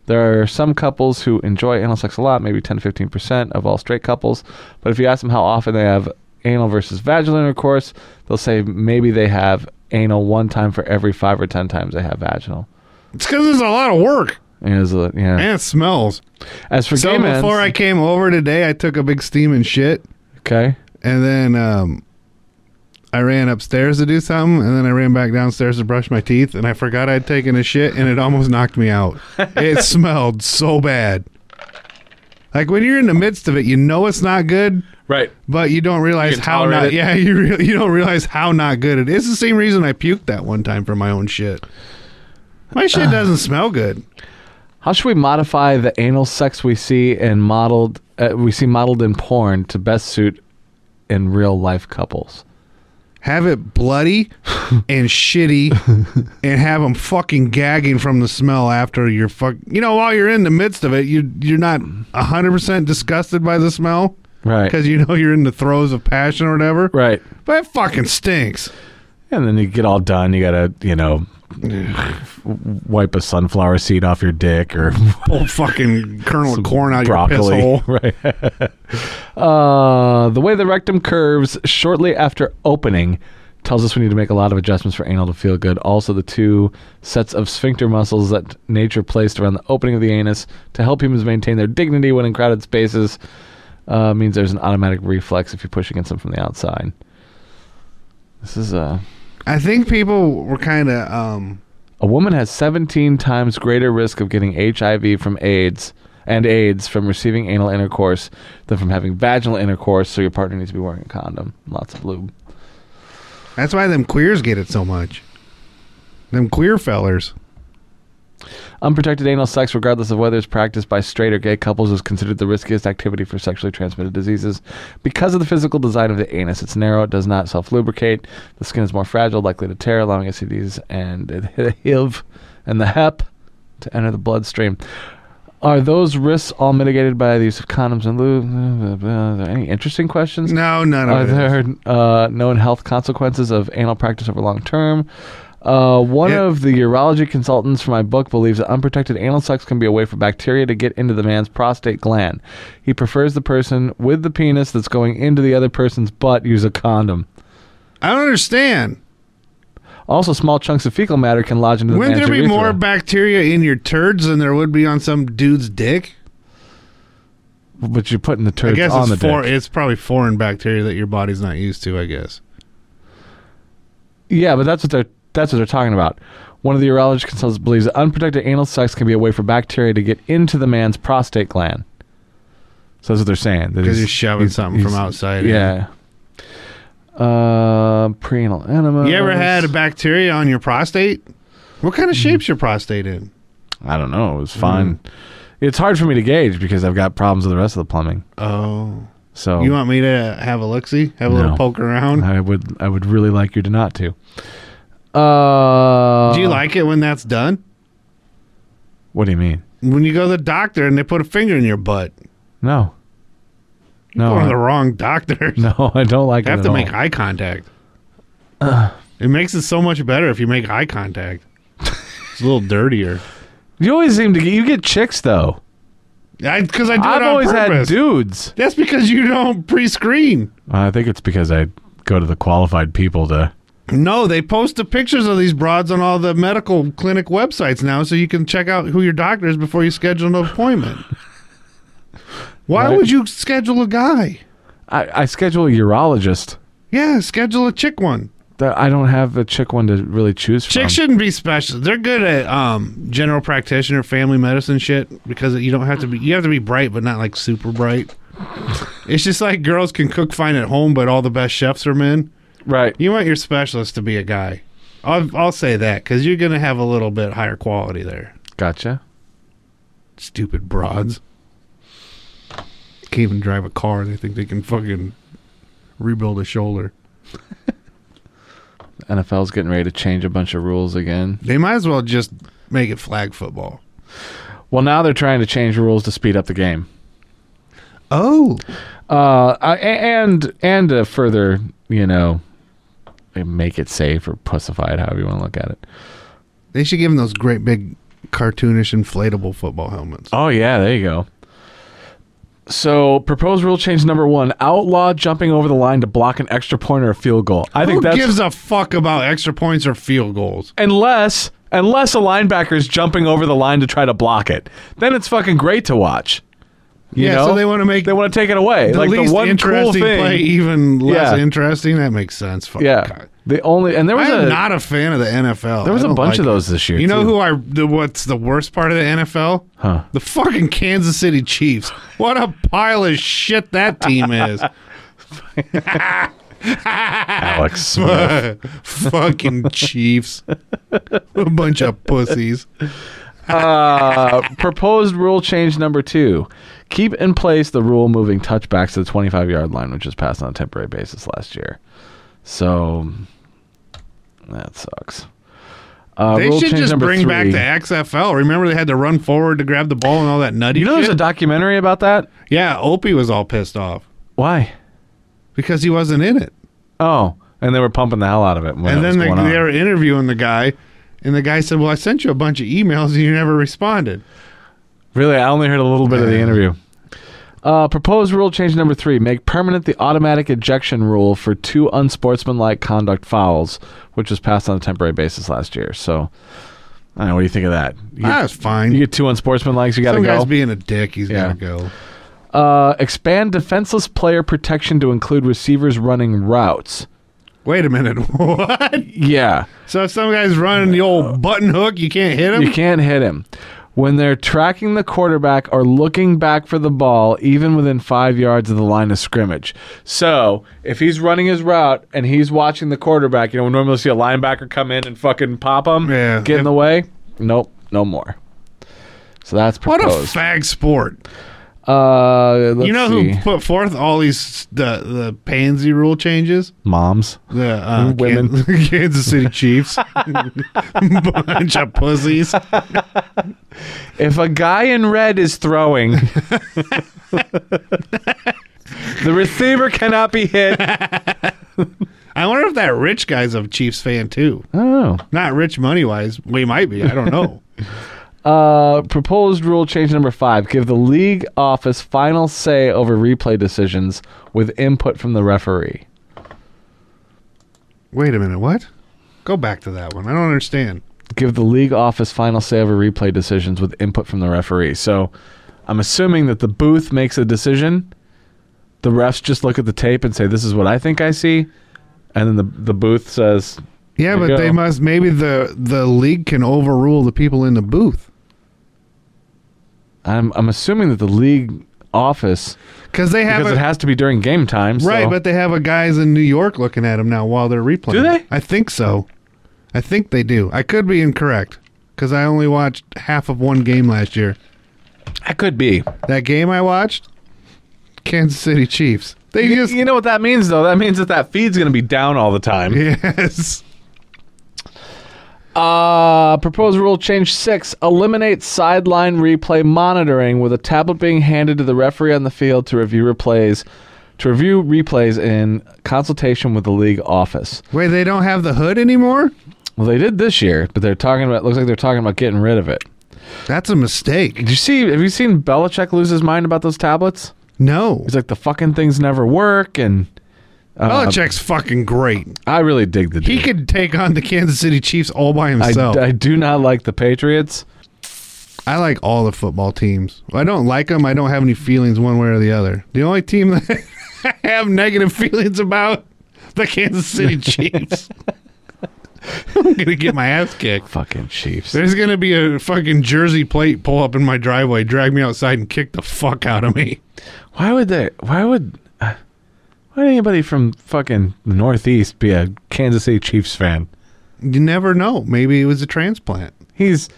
E: There are some couples who enjoy anal sex a lot, maybe 10 to 15% of all straight couples. But if you ask them how often they have anal versus vaginal intercourse, they'll say maybe they have anal one time for every five or 10 times they have vaginal.
F: It's because it's a lot of work
E: It is a- yeah.
F: and it smells.
E: As for
F: So
E: gay men,
F: before I came over today, I took a big steam and shit,
E: okay,
F: and then um, I ran upstairs to do something, and then I ran back downstairs to brush my teeth, and I forgot I'd taken a shit, and it almost knocked me out. it smelled so bad. Like when you're in the midst of it, you know it's not good,
E: right?
F: but you don't realize
E: can
F: how
E: tolerate
F: not.
E: it.
F: Yeah, you really, you don't realize how not good it is. It's the same reason I puked that one time for my own shit. My shit doesn't smell good.
E: How should we modify the anal sex we see and modeled uh, we see modeled in porn to best suit in real life couples?
F: have it bloody and shitty and have them fucking gagging from the smell after you're fuck you know while you're in the midst of it you you're not 100% disgusted by the smell
E: Right.
F: cuz you know you're in the throes of passion or whatever
E: Right.
F: but it fucking stinks
E: And then you get all done. You gotta, you know, wipe a sunflower seed off your dick or
F: pull fucking kernel of corn out of your piss
E: broccoli.
F: hole
E: Right. uh, the way the rectum curves shortly after opening tells us we need to make a lot of adjustments for anal to feel good. Also, the two sets of sphincter muscles that nature placed around the opening of the anus to help humans maintain their dignity when in crowded spaces uh, means there's an automatic reflex if you push against them from the outside. This is Uh,
F: i think people were kind of um
E: A woman has 17 times greater risk of getting HIV from AIDS and AIDS from receiving anal intercourse than from having vaginal intercourse, so your partner needs to be wearing a condom. Lots of lube.
F: that's why them queers get it so much them queer fellers
E: Unprotected anal sex, regardless of whether it's practiced by straight or gay couples, is considered the riskiest activity for sexually transmitted diseases because of the physical design of the anus. It's narrow, it does not self lubricate, the skin is more fragile, likely to tear, allowing STDs and the HIV and the HEP to enter the bloodstream. Are those risks all mitigated by the use of condoms and lube? Are there any interesting questions?
F: no none
E: Are
F: of it is.
E: there uh, known health consequences of anal practice over long term? Uh, one
F: Yeah.
E: of the urology consultants for my book believes that unprotected anal sex can be a way for bacteria to get into the man's prostate gland. He prefers the person with the penis that's going into the other person's butt use a condom.
F: i don't understand
E: Also, small chunks of fecal matter can lodge into the
F: Wouldn't
E: man's
F: there be
E: urethra.
F: more bacteria in your turds than there would be on some dude's dick?
E: but you're putting the
F: I
E: turds
F: guess
E: on
F: it's
E: the
F: for,
E: dick.
F: it's probably foreign bacteria that your body's not used to. I guess.
E: Yeah, but that's what they're that's what they're talking about. One of the urology consultants believes that unprotected anal sex can be a way for bacteria to get into the man's prostate gland. So that's what they're saying. that he's-
F: Because you're shoving
E: he's-
F: something from
E: he's-
F: outside. in.
E: Yeah. Uh, preanal enema.
F: You ever had a bacteria on your prostate? What kind of
E: Hmm.
F: shape's your prostate in?
E: I don't know. It was
F: Mm-hmm.
E: fine. It's hard for me to gauge because I've got problems with the rest of the plumbing.
F: Oh.
E: So
F: You want me to have a look see? Have a
E: No.
F: little poke around?
E: I would I would really like you to not to. Uh,
F: Do you like it when that's done?
E: What do you mean?
F: When you go to the doctor and they put a finger in your butt,
E: No.
F: you're
E: No.
F: going to
E: I,
F: the wrong doctor.
E: no, I don't like it
F: I have
E: at
F: to
E: all. Uh.
F: make eye contact. it makes it so much better if you make eye contact. It's a little dirtier.
E: You always seem to get you get chicks though.
F: I because I do
E: I've
F: it on
E: always
F: purpose.
E: had dudes.
F: That's because you don't pre-screen.
E: I think it's because I go to the qualified people to.
F: No, they post the pictures of these broads on all the medical clinic websites now, so you can check out who your doctor is before you schedule an appointment. Why
E: Right.
F: would you schedule a guy?
E: I, I schedule a urologist.
F: Yeah, schedule a chick one.
E: That I don't have a chick one to really choose from.
F: Chicks shouldn't be special. They're good at um, general practitioner, family medicine shit because you don't have to be. You have to be bright, but not like super bright. It's just like girls can cook fine at home, but all the best chefs are men.
E: right.
F: You want your specialist to be a guy. I'll, I'll say that because you're going to have a little bit higher quality there.
E: Gotcha.
F: Stupid broads. Can't even drive a car. They think they can fucking rebuild a shoulder.
E: NFL's getting ready to change a bunch of rules again.
F: They might as well just make it flag football.
E: Well, now they're trying to change rules to speed up the game.
F: Oh.
E: Uh, I- a- and and to further, you know, make it safe or pussified, however you want to look at it.
F: They should give them those great big cartoonish inflatable football helmets.
E: Oh yeah, there you go. So, proposed rule change number one: outlaw jumping over the line to block an extra point or a field goal. I think
F: Who
E: that's
F: gives a fuck about extra points or field goals?
E: unless unless a linebacker is jumping over the line to try to block it, then it's fucking great to watch. You
F: yeah,
E: know?
F: so they want to make
E: they want to take it away.
F: the
E: like
F: least
E: the one cool
F: interesting
E: thing.
F: play even less
E: Yeah.
F: interesting. That makes sense. Fuck
E: yeah,
F: God.
E: the only and there was
F: I'm
E: a
F: not a fan of the NFL.
E: There was
F: I
E: a
F: don't
E: bunch
F: like
E: of
F: it.
E: those this year,
F: You know
E: too.
F: who I? The, what's the worst part of the NFL?
E: Huh.
F: The fucking Kansas City Chiefs. What a pile of shit that team is.
E: Alex Smith.
F: fucking Chiefs. a bunch of pussies.
E: Uh, proposed rule change number two: keep in place the rule moving touchbacks to the 25 yard line, which was passed on a temporary basis last year. So that sucks. Uh,
F: They
E: rule
F: should
E: change
F: just
E: number
F: bring back
E: three.
F: the XFL. Remember they had to run forward to grab the ball and all that nutty
E: You know, there's a
F: shit?
E: documentary about that.
F: yeah, Opie was all pissed off
E: Why?
F: because he wasn't in it.
E: Oh, and they were pumping the hell out of it. When
F: and
E: it
F: then
E: was
F: they,
E: going on.
F: they were interviewing the guy, and the guy said, "Well, I sent you a bunch of emails and you never responded."
E: Really, I only heard a little bit of the interview. Uh, proposed rule change number three: make permanent the automatic ejection rule for two unsportsmanlike conduct fouls, which was passed on a temporary basis last year. So, I don't know. What do you think of that? You get,
F: That's fine.
E: you get two unsportsmanlikes, you got to
F: Some
E: go.
F: guy's being a dick. He's
E: Yeah.
F: gotta go.
E: uh, expand defenseless player protection to include receivers running routes.
F: Wait a minute. What?
E: Yeah,
F: So if some guy's running the old button hook, you can't hit him.
E: you can't hit him when they're tracking the quarterback or looking back for the ball even within five yards of the line of scrimmage so if he's running his route and he's watching the quarterback you know we normally see a linebacker come in and fucking pop him
F: Yeah.
E: get in the way nope no more so that's
F: What a
E: proposed
F: fag sport!
E: uh let's
F: you know
E: see.
F: who put forth all these the the pansy rule changes?
E: moms
F: The uh,
E: Women.
F: Kan- Kansas City Chiefs, bunch of pussies.
E: if a guy in red is throwing the receiver cannot be hit
F: I wonder if that rich guy's a Chiefs fan too.
E: oh
F: Not rich money wise, we might be. I don't know.
E: Uh, proposed rule change number five: give the league office final say over replay decisions with input from the referee.
F: Wait a minute, what? Go back to that one. I don't understand.
E: Give the league office final say over replay decisions with input from the referee. So, I'm assuming that the booth makes a decision. The refs just look at the tape and say, "This is what I think I see," and then the the booth says, There
F: Yeah,
E: you
F: but they
E: go.
F: must. Maybe the the league can overrule the people in the booth
E: "I'm I'm assuming that the league office
F: because they have
E: because
F: a,
E: it has to be during game time." so-
F: right, but they have a guys in New York looking at them now while they're replaying.
E: Do they?
F: I think so. I think they do. I could be incorrect because I only watched half of one game last year.
E: that could be.
F: That game I watched, Kansas City Chiefs. They
E: You,
F: just
E: you know what that means, though. That means that that feed's going to be down all the time.
F: yes.
E: Uh, proposed rule change six: eliminate sideline replay monitoring, with a tablet being handed to the referee on the field to review replays, to review replays in consultation with the league office.
F: Wait, they don't have the hood anymore.
E: Well, they did this year, but they're talking about. Looks like they're talking about getting rid of it.
F: That's a mistake.
E: Did you see? Have you seen Belichick lose his mind about those tablets?
F: No,
E: He's like, the fucking things never work, and uh,
F: Belichick's fucking great.
E: I really dig the.
F: He
E: dude.
F: could take on the Kansas City Chiefs all by
E: I,
F: himself. I,
E: I do not like the Patriots.
F: like all the football teams. I don't like them. I don't have any feelings one way or the other. The only team that I have negative feelings about the Kansas City Chiefs. I'm gonna get my ass kicked.
E: Fucking Chiefs.
F: There's gonna be a fucking jersey plate pull up in my driveway, drag me outside, and kick the fuck out of me.
E: Why would they? Why would? uh, Why would anybody from fucking the Northeast be a Kansas City Chiefs fan?
F: You never know. Maybe it was a transplant.
E: He's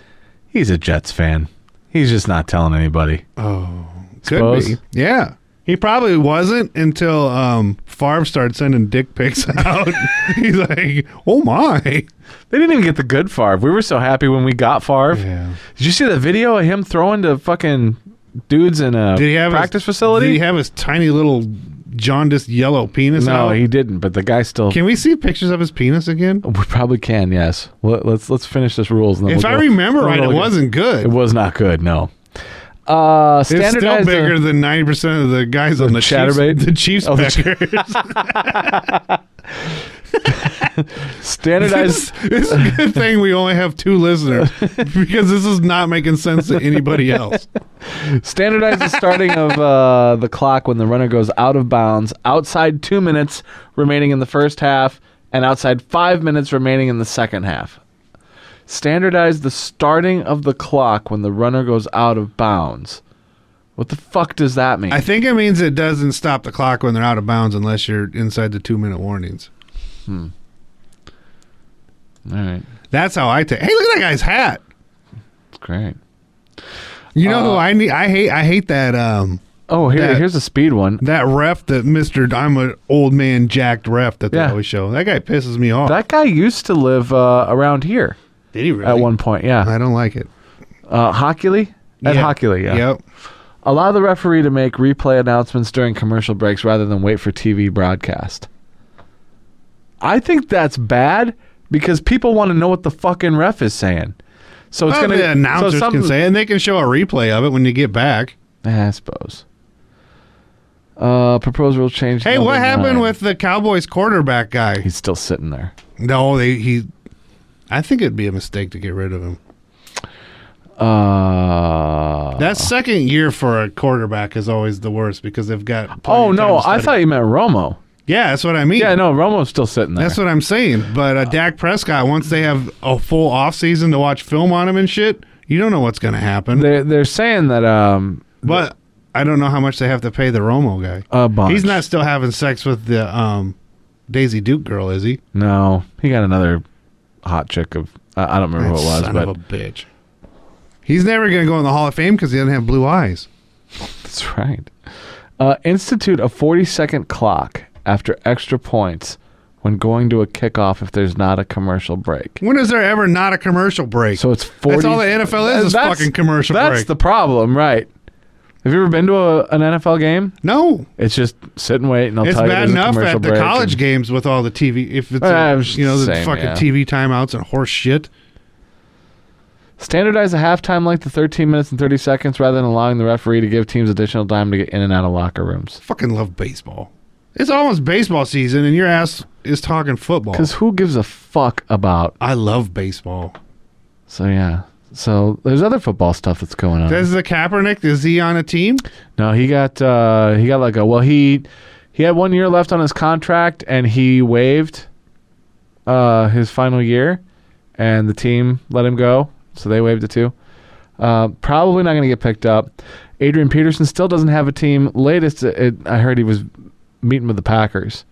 E: he's a Jets fan. He's just not telling anybody.
F: Could
E: Suppose.
F: be. Yeah. He probably wasn't until um, Favre started sending dick pics out. He's like, oh my.
E: They didn't even get the good Favre. We were so happy when we got Favre.
F: Yeah.
E: Did you see the video of him throwing to fucking dudes in a
F: Did he have
E: practice
F: his,
E: facility?
F: Did he have his tiny little jaundiced yellow penis
E: No,
F: out?
E: he didn't. But the guy still.
F: Can we see pictures of his penis again?
E: we probably can. Yes. Let, let's let's finish this rules. And then
F: If
E: we'll
F: I
E: go-
F: remember
E: we'll
F: right,
E: go
F: it
E: look at-
F: wasn't
E: It
F: good.
E: was not good. No. Uh,
F: It's still
E: standardized, uh,
F: bigger than ninety percent of the guys on the
E: chatterbait?
F: Chiefs, the Chiefs
E: Oh, the ch-
F: Packers.
E: standardized.
F: It's, it's a good thing we only have two listeners because this is not making sense to anybody else.
E: Standardize the starting of uh, the clock when the runner goes out of bounds, outside two minutes remaining in the first half, and outside five minutes remaining in the second half. Standardize the starting of the clock when the runner goes out of bounds. What the fuck does that mean?
F: I think it means it doesn't stop the clock when they're out of bounds unless you're inside the two minute warnings.
E: All right,
F: That's how I take. Hey, look at that guy's hat.
E: great.
F: You
E: Uh,
F: know who I need? I hate. I hate that. Um,
E: Oh, here,
F: That-
E: here's a speed one.
F: that ref that Mister. I'm an old man, jacked ref that they
E: Yeah.
F: always show. That guy pisses me off.
E: That guy used to live uh, around here
F: Did he really?
E: at one point. Yeah,
F: I don't like it.
E: uh, Hockley. At Hockley, yeah.
F: Yep.
E: Allow the referee to make replay announcements during commercial breaks rather than wait for TV broadcast. I think that's bad because people want to know what the fucking ref is saying. So it's
F: Well,
E: going to
F: the announcers can say, it, and they can show a replay of it when you get back.
E: I suppose. Uh, proposed rule change.
F: Hey, what
E: number
F: happened
E: nine.
F: with the Cowboys quarterback guy?
E: He's still sitting there.
F: No, they he. I think it'd be a mistake to get rid of him.
E: Uh,
F: That second year for a quarterback is always the worst because they've got. plenty
E: oh
F: of time
E: no,
F: to
E: I
F: study.
E: thought you meant Romo.
F: Yeah, that's what I mean.
E: Yeah, no, Romo's still sitting there.
F: That's what I'm saying. But uh, Dak Prescott, once they have a full off season to watch film on him and shit, you don't know what's going to happen.
E: they're they're saying that um
F: but I don't know how much they have to pay the Romo guy.
E: a bunch.
F: He's not still having sex with the um, Daisy Duke girl, is he?
E: No, he got another hot chick of I I don't remember who Oh, it was,
F: Son
E: but
F: of a bitch. He's never going to go in the Hall of Fame because he doesn't have blue eyes.
E: that's right. Uh, institute a 40 second clock after extra points when going to a kickoff if there's not a commercial break.
F: When is there ever not a commercial break?
E: So it's 40.
F: That's all the NFL is, is
E: That's-
F: fucking commercial
E: That's
F: break.
E: the problem, right? Have you ever been to a, an NFL game?
F: no,
E: It's just sit and wait, and they'll
F: it's
E: tell you
F: bad
E: there's a
F: enough
E: commercial
F: at the
E: break
F: college
E: and-
F: games with all the TV. If it's
E: Uh,
F: uh,
E: it's
F: you know the
E: same,
F: fucking
E: yeah.
F: TV timeouts and horse shit.
E: Standardize a halftime length to 13 minutes and 30 seconds rather than allowing the referee to give teams additional time to get in and out of locker rooms.
F: Fucking love baseball. It's almost baseball season, and your ass is talking football.
E: Because who gives a fuck about
F: I love baseball.
E: So yeah. So there's other football stuff that's going on.
F: Does the Kaepernick is he on a team?
E: no, he got uh he got like a well he he had one year left on his contract and he waived uh his final year and the team let him go. So they waived it too. Uh, probably not going to get picked up. Adrian Peterson still doesn't have a team. Latest, uh, it, it- I heard he was meeting with the Packers.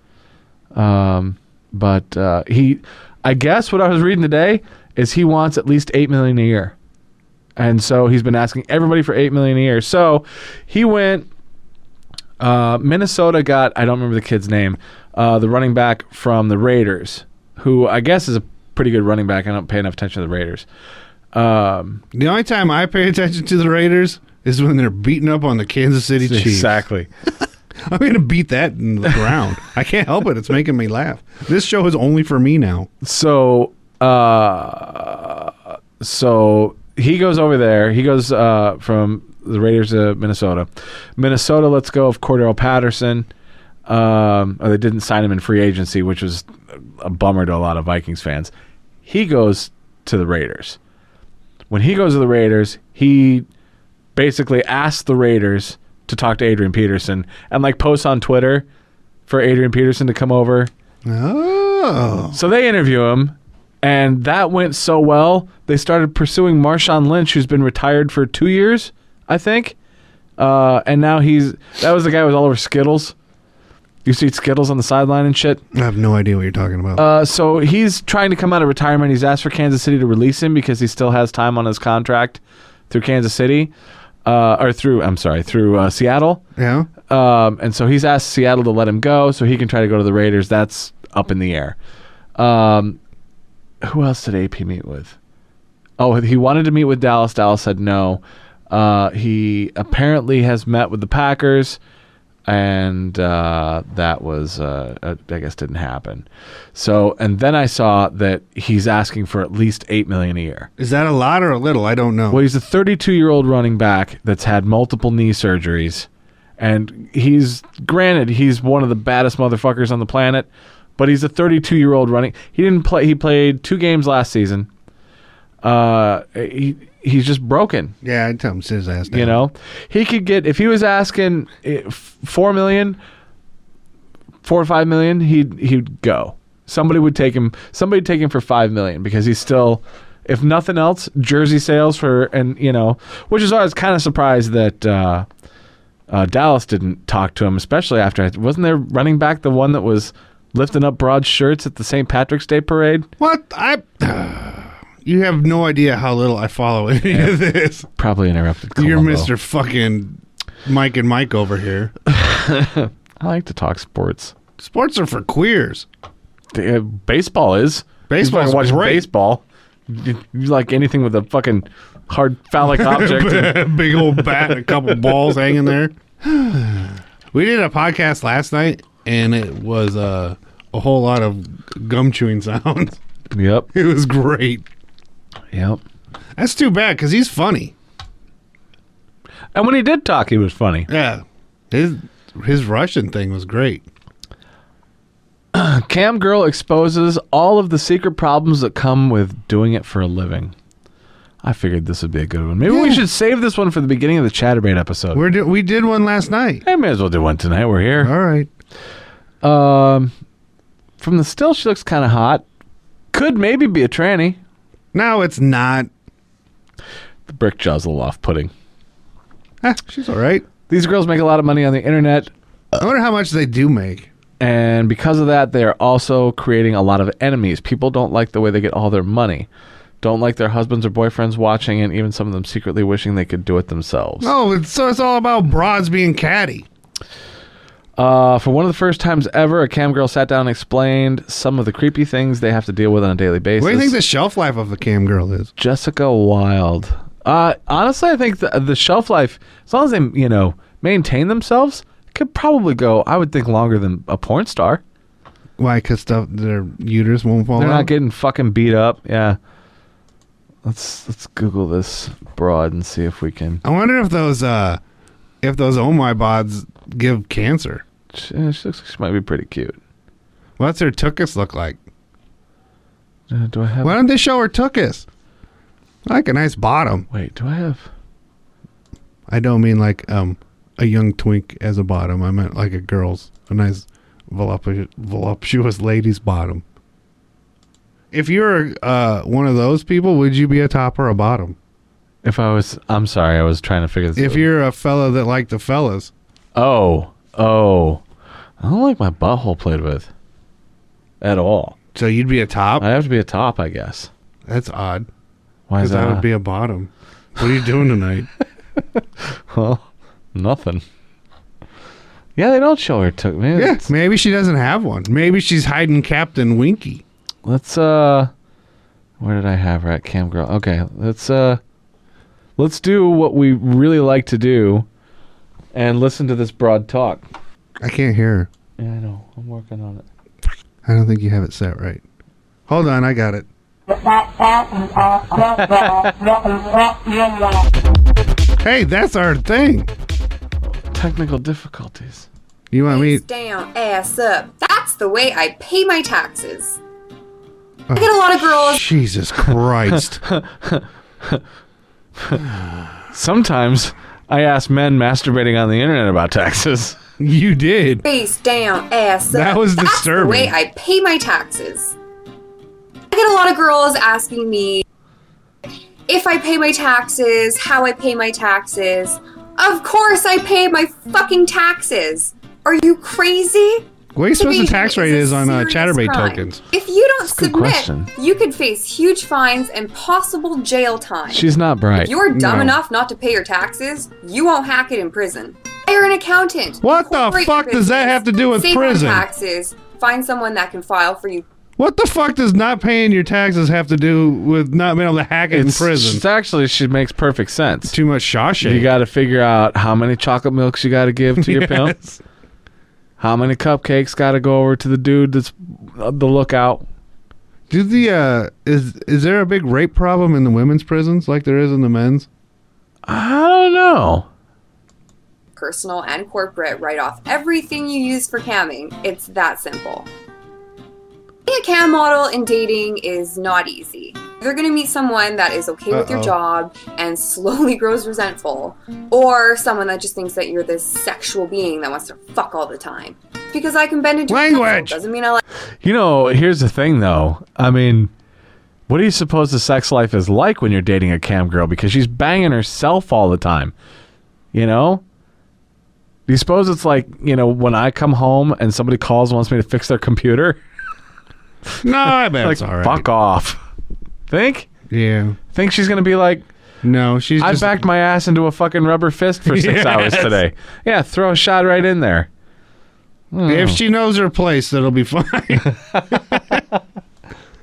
E: Um, but uh, he, I guess what I was reading today is he wants at least eight million a year, and so he's been asking everybody for eight million a year. So he went. Uh, Minnesota got I don't remember the kid's name, uh, the running back from the Raiders, who I guess is a pretty good running back. I don't pay enough attention to the Raiders. Um,
F: The only time I pay attention to the Raiders is when they're beating up on the Kansas City Chiefs.
E: Exactly.
F: I'm going to beat that in the ground. I can't help it. It's making me laugh. This show is only for me now.
E: So, uh, so he goes over there. He goes uh, from the Raiders to Minnesota. Minnesota lets go of Cordell Patterson. Um, or they didn't sign him in free agency, which was a bummer to a lot of Vikings fans. He goes to the Raiders. When he goes to the Raiders, he basically asks the Raiders to talk to Adrian Peterson and like posts on Twitter for Adrian Peterson to come over
F: Oh.
E: so they interview him, and that went so well, they started pursuing Marshawn Lynch, who's been retired for two years, I think. Uh, and now he's that was the guy who was all over Skittles. You see Skittles on the sideline and shit.
F: I have no idea what you're talking about.
E: Uh, so he's trying to come out of retirement. He's asked for Kansas City to release him because he still has time on his contract through Kansas City, uh, or through I'm sorry, through uh, Seattle.
F: yeah.
E: Um, and so he's asked Seattle to let him go so he can try to go to the Raiders. That's up in the air. Um, who else did AP meet with? Oh, he wanted to meet with Dallas. Dallas said no. Uh, he apparently has met with the Packers. and uh, that was uh, uh, I guess didn't happen. So and then I saw that he's asking for at least eight million a year.
F: Is that a lot or a little? I don't know.
E: Well, he's a 32 year old running back that's had multiple knee surgeries, and he's granted he's one of the baddest motherfuckers on the planet, but he's a 32 year old running. He didn't play. He played two games last season. Uh, he he's just broken.
F: yeah, I'd tell him sit his ass down.
E: You know, he could get if he was asking eh, f- four million, four or five million, he'd he'd go. Somebody would take him. Somebody would take him for five million because he's still, if nothing else, jersey sales for and you know, which is why I was kind of surprised that uh, uh, Dallas didn't talk to him, especially after wasn't there running back the one that was lifting up broad shirts at the St. Patrick's Day parade?
F: What? I. you have no idea how little I follow any of this.
E: Probably interrupted.
F: You're
E: Columbo.
F: Mr. fucking Mike and Mike over here.
E: I like to talk sports.
F: Sports are for queers.
E: The, uh, baseball is. you
F: Baseball's
E: fucking watch
F: great.
E: baseball. You, you like anything with a fucking hard phallic object. and-
F: Big old bat, and a couple balls hanging there. we did a podcast last night, and it was uh, a whole lot of gum chewing sounds.
E: yep.
F: It was great.
E: Yep.
F: That's too bad because he's funny.
E: And when he did talk, he was funny.
F: Yeah, his his Russian thing was great.
E: Cam Girl exposes all of the secret problems that come with doing it for a living. I figured this would be a good one. Maybe we
F: Yeah.
E: should save this one for the beginning of the Chatterbait episode.
F: We're do- we did one last night.
E: I may as well do one tonight. We're here.
F: All right.
E: Um, from the still, she looks kind of hot. Could maybe be a tranny.
F: No, it's not.
E: The brick jaw's a little off-putting.
F: Ah, she's all right.
E: These girls make a lot of money on the internet.
F: I wonder how much they do make.
E: And because of that, they are also creating a lot of enemies. People don't like the way they get all their money, don't like their husbands or boyfriends watching, and even some of them secretly wishing they could do it themselves.
F: Oh, it's, so it's all about broads being catty.
E: Uh, for one of the first times ever, a cam girl sat down and explained some of the creepy things they have to deal with on a daily basis.
F: What do you think the shelf life of a cam girl is?
E: Jessica Wilde. Uh, honestly, I think the, the shelf life, as long as they you know maintain themselves, could probably go. I would think longer than a porn star.
F: Why? Because stuff their uterus won't fall
E: They're
F: out.
E: not getting fucking beat up. Yeah. Let's let's Google this broad and see if we can.
F: I wonder if those uh, if those Omai bods give cancer.
E: She, eh, she looks like she might be pretty cute.
F: What's her tuchus look like?
E: Uh, do I have?
F: Why don't they show her tuchus? I like a nice bottom.
E: Wait, do I have?
F: I don't mean like um a young twink as a bottom. I meant like a girl's a nice voluptuous, voluptuous lady's bottom. If you're uh, one of those people, would you be a top or a bottom?
E: If I was, I'm sorry, I was trying to figure this.
F: If
E: out.
F: you're a fella that like the fellas,
E: oh, oh, I don't like my butthole played with at all.
F: so you'd be a top.
E: I'd have to be a top, I guess.
F: That's odd.
E: Why is
F: Because
E: that?
F: I would be a bottom. What are you doing tonight?
E: well, nothing. Yeah, they don't show her took man.
F: yeah,
E: Let's,
F: maybe she doesn't have one. Maybe she's hiding Captain Winky.
E: let's uh, where did I have her at cam girl? Okay, let's uh, let's do what we really like to do, and listen to this broad talk.
F: I can't hear her.
E: Yeah, I know. I'm working on it.
F: I don't think you have it set right. Hold on, I got it. Hey, that's our thing.
E: Technical difficulties.
F: You want me?
H: Face down, ass up. That's the way I pay my taxes. I get a lot of girls.
F: Jesus Christ.
E: Sometimes I ask men masturbating on the internet about taxes.
F: you did.
H: Face down, ass up.
F: That was
H: That's the
F: disturbing.
H: way I pay my taxes. I get a lot of girls asking me if I pay my taxes, how I pay my taxes. Of course I pay my fucking taxes. Are you crazy?
F: What are you supposed the
H: Evasion
F: tax rate
H: a
F: is on uh,
H: serious
F: chatterbait
H: crime.
F: tokens?
H: If you don't
E: a good
H: submit,
E: question.
H: you could face huge fines and possible jail time.
E: She's not bright.
H: If you're dumb
F: No.
H: enough not to pay your taxes, you won't hack it in prison. Hire an accountant.
F: What the
H: Incorporate
F: fuck
H: your
F: does that
H: business.
F: have to do with
H: Save on
F: prison?
H: taxes. Find someone that can file for you.
F: What the fuck does not paying your taxes have to do with not being able to hack it in prison?
E: It's actually, she makes perfect sense.
F: Too much Shawshank.
E: You got to figure out how many chocolate milks you got to give to your pimp. How many cupcakes got to go over to the dude that's uh, the lookout?
F: Do the uh is is there a big rape problem in the women's prisons like there is in the men's?
E: I don't know.
H: Personal and corporate, write off everything you use for camming. It's that simple. Being a cam model and dating is not easy. You're going to meet someone that is okay with your
F: Uh-oh.
H: job and slowly grows resentful, or someone that just thinks that you're this sexual being that wants to fuck all the time. Because I can bend into a pencil
F: Language!
H: doesn't mean I like
E: You know, here's the thing though. I mean, what do you suppose the sex life is like when you're dating a cam girl because she's banging herself all the time? You know? Do you suppose it's like, you know, when I come home and somebody calls and wants me to fix their computer?
F: No, I bet
E: Like,
F: it's all right.
E: fuck off. Think?
F: Yeah.
E: Think she's going to be like,
F: No, she's
E: I
F: just
E: backed my ass into a fucking rubber fist for six
F: Yes.
E: hours today. Yeah, throw a shot right in there.
F: if she knows her place, that'll be fine. I'm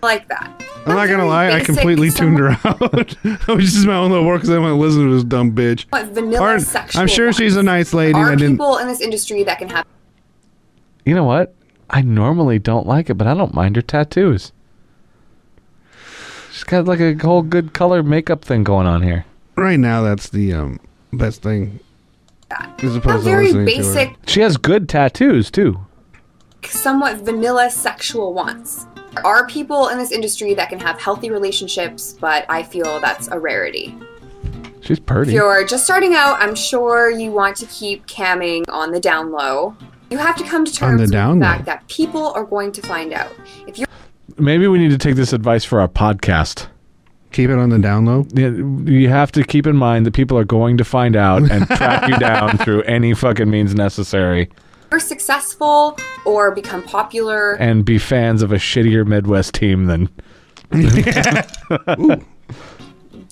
H: like that.
F: not gonna lie, I completely tuned her out. I was just my own little work because I went listen to this dumb bitch.
H: Vanilla
F: Or-
H: sexual
F: I'm sure she's a
H: wants.
F: nice lady. and
H: Are
F: I didn't.
H: people in this industry that can have
E: You know what? I normally don't like it, but I don't mind her tattoos. She's got like a whole good color makeup thing going on here.
F: Right now, that's the um best thing.
H: that?
F: As
H: A
F: opposed to
H: very
F: listening to her.
H: basic,
E: She has good tattoos too.
H: somewhat vanilla sexual wants. There are people in this industry that can have healthy relationships, but I feel that's a rarity.
E: She's
H: If
E: pretty.
H: you're just starting out, I'm sure you want to keep camming on the down low. You have to come to
F: On
H: terms
F: the
H: with
F: down
H: the fact
F: low.
H: that people are going to find out. If you're
E: Maybe we need to take this advice for our podcast.
F: Keep it on the down low.
E: Yeah, You have to keep in mind that people are going to find out and track you down through any fucking means necessary
H: successful or become popular,
E: and be fans of a shittier Midwest team than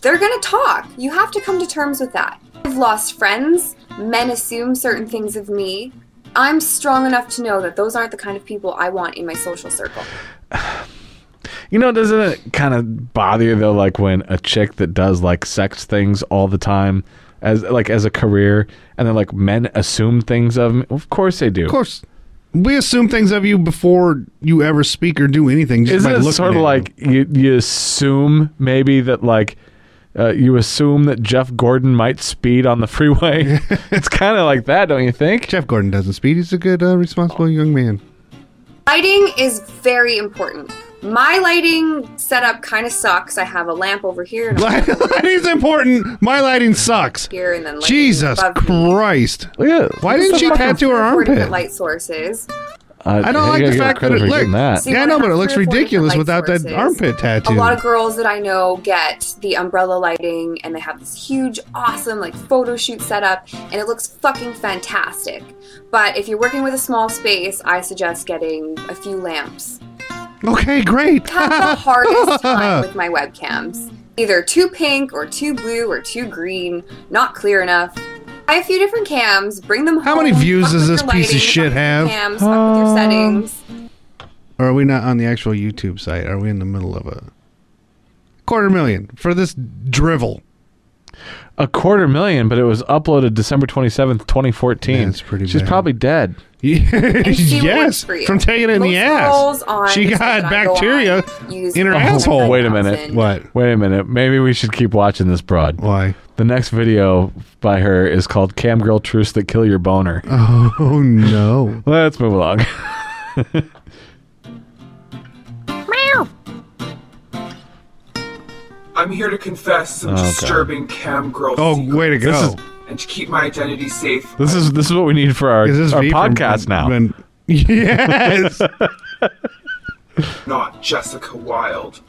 H: they're gonna talk. You have to come to terms with that. I've lost friends. Men assume certain things of me. I'm strong enough to know that those aren't the kind of people I want in my social circle.
E: You know, doesn't it kind of bother you though, like when a chick that does like sex things all the time, as like as a career, and then like men assume things of them? Of course they do.
F: Of course, we assume things of you before you ever speak or do anything. Just
E: Isn't
F: by
E: it
F: looking
E: sort
F: at
E: of
F: you.
E: like you you assume maybe that like uh, you assume that Jeff Gordon might speed on the freeway? it's kind of like that, don't you think?
F: Jeff Gordon doesn't speed? He's a good, uh, responsible young man.
H: Lighting is very important. My lighting setup kind of sucks. I have a lamp over here and a lamp
F: Lighting's important. My lighting sucks.
H: here, and then lighting
F: Jesus
H: above me.
F: Christ!
E: Look at it.
F: Why didn't she tattoo her
H: Four different
F: armpit?
H: Light sources.
E: Uh, you
F: I don't like
E: gotta
F: the
E: give her
F: fact that
E: credit
F: it
E: for
F: look-
E: getting that.
H: See,
F: Yeah, I
H: one
F: know,
H: and
F: but
H: a
F: it
H: half,
F: looks
H: three or four
F: ridiculous
H: different light
F: without that
H: sources.
F: armpit tattoo.
H: A lot of girls that I know get the umbrella lighting and they have this huge, awesome, like photo shoot setup and it looks fucking fantastic. But if you're working with a small space, I suggest getting a few lamps.
F: okay, great.
H: I've had the hardest time with my webcams. Either too pink or too blue or too green, not clear enough. Buy a few different cams, bring them
F: How
H: home.
F: many views
H: fuck
F: does
H: with
F: this
H: your
F: piece of
H: lighting,
F: shit
H: fuck with your
F: have? Um,
H: Cams, fuck with your settings.
F: Or are we not on the actual YouTube site? Are we in the middle of a quarter million for this drivel?
E: A quarter million, but it was uploaded December twenty seventh, twenty fourteen.
F: That's pretty
E: She's
F: bad.
E: probably dead.
H: she will
F: yes,
H: work for you.
F: from taking it in the
H: Most
F: ass.
H: girls on
F: She
H: the sites
F: got
H: that I go
F: bacteria
H: on use
F: in her
H: Viagra
F: asshole.
E: Wait a minute.
H: and
F: What?
E: Wait a minute. Maybe we should keep watching this broad.
F: Why?
E: The next video by her is called Cam Girl Truths That Kill Your Boner.
F: Oh no!
E: Let's move along.
I: I'm here to confess some disturbing cam girl
F: Oh,
I: secrets
F: way to go!
E: is-
I: and to keep my identity safe.
E: This is this is what we need for our,
F: Is this
E: our
F: V from-
E: podcast now.
F: when- yes.
I: Not Jessica Wilde.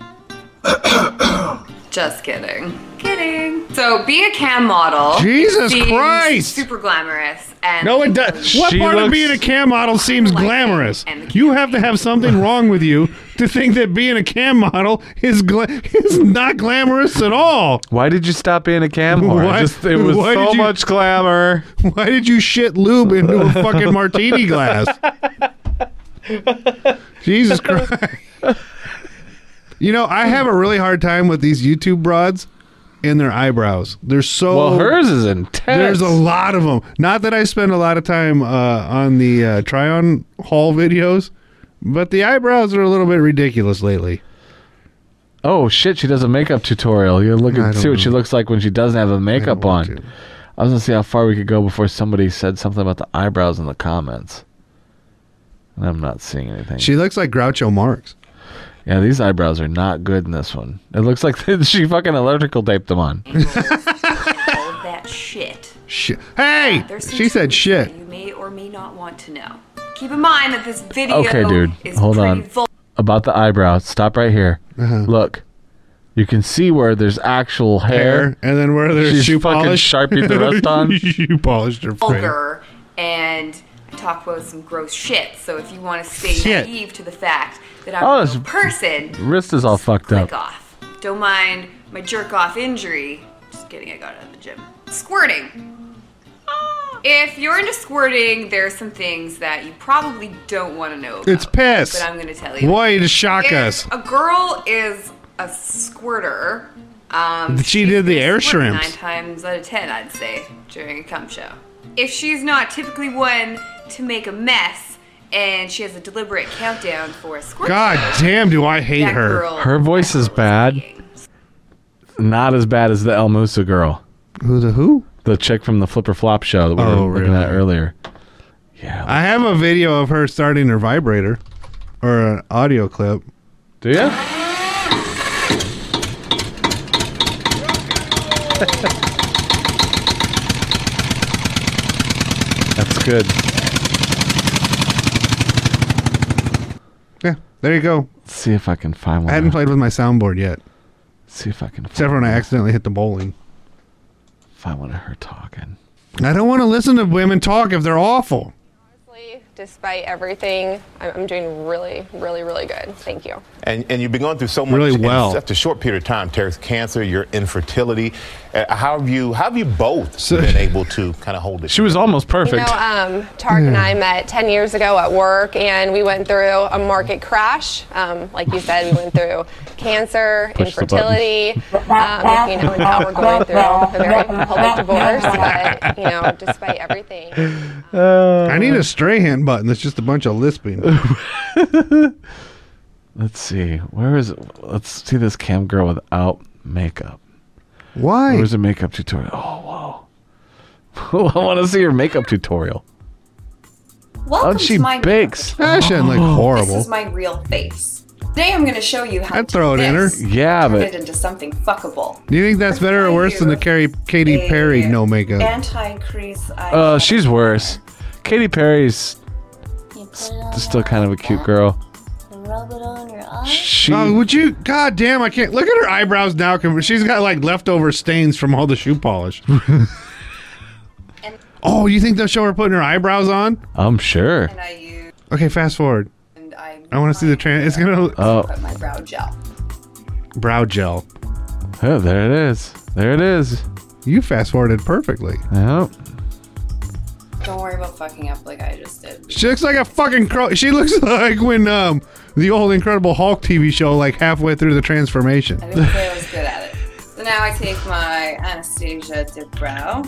H: Just kidding. Kidding. So being a cam model.
F: Jesus
H: seems
F: Christ!
H: Super glamorous and
F: No, it does. What
E: She
F: part
E: looks-
F: of being a cam model seems
H: Like it
F: glamorous?
H: and the
F: You have to have something wrong with you to think that being a cam model is gla- is not glamorous at all.
E: Why did you stop being a cam whore?
F: Why-
E: Just- it was
F: why
E: so
F: did you-
E: much glamour.
F: Why did you shit lube into a fucking martini glass? Jesus Christ! You know, I have a really hard time with these YouTube broads in their eyebrows. They're so
E: Well, hers is intense.
F: Oh, There's a lot of them. Not that I spend a lot of time uh, on the uh, try on haul videos, but the eyebrows are a little bit ridiculous lately.
E: Oh shit! She does a makeup tutorial. You look
F: I
E: at
F: don't
E: see what
F: know.
E: she looks like when she doesn't have the makeup on.
F: want to.
E: I was gonna see how far we could go before somebody said something about the eyebrows in the comments. And I'm not seeing anything.
F: She looks like Groucho Marx.
E: yeah, these eyebrows are not good in this one. It looks like she fucking electrical taped them on.
J: all of that shit.
F: Shit. Hey,
J: There's some
F: she said
J: truth
F: shit.
J: that You may or may not want to know. Keep in mind that this video
E: Okay, dude.
J: is
E: Hold
J: pretty
E: on.
J: vul-
E: About the eyebrow. Stop right here.
F: Uh-huh.
E: Look, you can see where there's actual hair.
F: Hair, and then where there's
E: She's
F: shoe
E: fucking
F: polish.
E: Sharpied the rest on.
F: shoe polished her face.
J: vulgar and I talk about some gross shit. So if you want to stay
F: Shit.
J: naive to the fact that I'm
E: Oh,
J: a
E: this
J: real person,
E: Wrist is all fucked
J: click
E: up.
J: off. Don't mind my jerk off injury. Just kidding, I got out of the gym. Squirting. If you're into squirting, there's some things that you probably don't want to know about.
F: It's piss.
J: But I'm going to tell you.
F: Why to shock us?
J: If a girl is a squirter, um,
F: She
J: she's
F: did the
J: gonna
F: air
J: squirt
F: shrimps.
J: Nine times out of ten, I'd say, during a cum show. If she's not typically one to make a mess and she has a deliberate countdown for a squirt
F: God
J: show,
F: damn, do I hate
J: that
F: her.
J: girl-
E: Her voice is bad. Not as bad as the El Musa girl.
F: Who the who?
E: the chick from the Flipper Flop show that we
F: Oh,
E: were looking at
F: really?
E: earlier. Yeah.
F: I have a video of her starting her vibrator, or an audio clip.
E: Do you? That's good.
F: Yeah, there you go.
E: Let's see if I can find
F: I
E: one.
F: hadn't played with my soundboard yet,
E: see if I can
F: except
E: find,
F: for when I accidentally hit the bowling.
E: find one of her talking.
F: I don't want to listen to women talk if they're awful.
K: Despite everything, I'm I'm doing really, really, really good. Thank you.
L: And, and you've been going through so much
F: Really
L: in
F: well.
L: such a short period of time. Terex, cancer, your infertility. Uh, how have you? How have you both
F: So-
L: been able to kind of hold it?
E: She was almost perfect.
K: You know, um, Tark and I met 10 years ago at work, and we went through a market crash. Um, like you said, we went through cancer,
E: Push the button.
K: infertility, um, you know, and now we're going through a very public divorce. But, you know, despite everything.
F: I need a stray hand button that's just a bunch of lisping.
E: Let's see. Where is it? Let's see this cam girl without makeup.
F: Why?
E: Where's the makeup tutorial? Oh, whoa. I want to see her makeup tutorial.
H: Welcome
E: Oh, she
H: to my
E: bakes.
F: That shouldn't look
H: This
F: horrible.
H: is my real face. Today I'm going to show you how
F: I'd
H: to
F: throw it in her.
H: this,
E: Yeah,
H: turn
E: but
H: it into something fuckable.
F: Do you think that's better or worse than the Carrie, Katy Perry no makeup?
H: Anti-crease eye.
E: Uh, she's worse. Katy Perry's still kind of a cute girl.
B: Rub it on your eye.
E: She
F: Oh, would you? God damn, I can't. Look at her eyebrows now. com- She's got like leftover stains from all the shoe polish. oh, you think they'll show her putting her eyebrows on?
E: I'm sure.
H: and I use
F: Okay, fast forward.
H: and I.
F: I want to see the trans. It's gonna
E: Oh,
H: Put my brow gel.
F: brow gel.
E: oh, there it is. There it is.
F: You fast forwarded perfectly.
E: Yep.
H: Don't worry about fucking up like I just did.
F: She looks like a fucking crow. She looks like when um the old Incredible Hulk TV show, like halfway through the transformation.
H: I didn't say I was good at it. So now I take my Anastasia dip brow.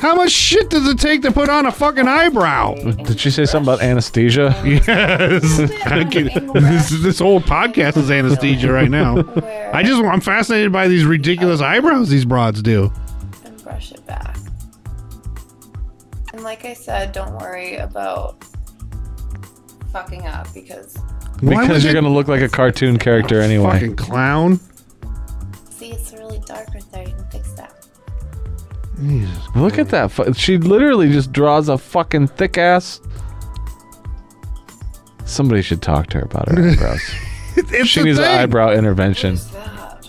F: How much shit does it take to put on a fucking eyebrow?
E: Did she say something about anesthesia?
F: Yes. I can- this, this whole podcast is anesthesia right now.
H: Where
F: I just I'm fascinated by these ridiculous eyebrows these broads do.
H: and brush it back. And like I said, don't worry about fucking up because
F: Why
E: Because
F: was
E: you're
F: it-
E: gonna look like a cartoon character anyway.
F: Fucking clown.
B: See, it's really dark right there. You can fix that.
E: Look at that. fu- She literally just draws a fucking thick ass. Somebody should talk to her about her eyebrows.
F: It's
E: she
F: the
E: needs an
F: thing.
E: eyebrow intervention.
H: what's that?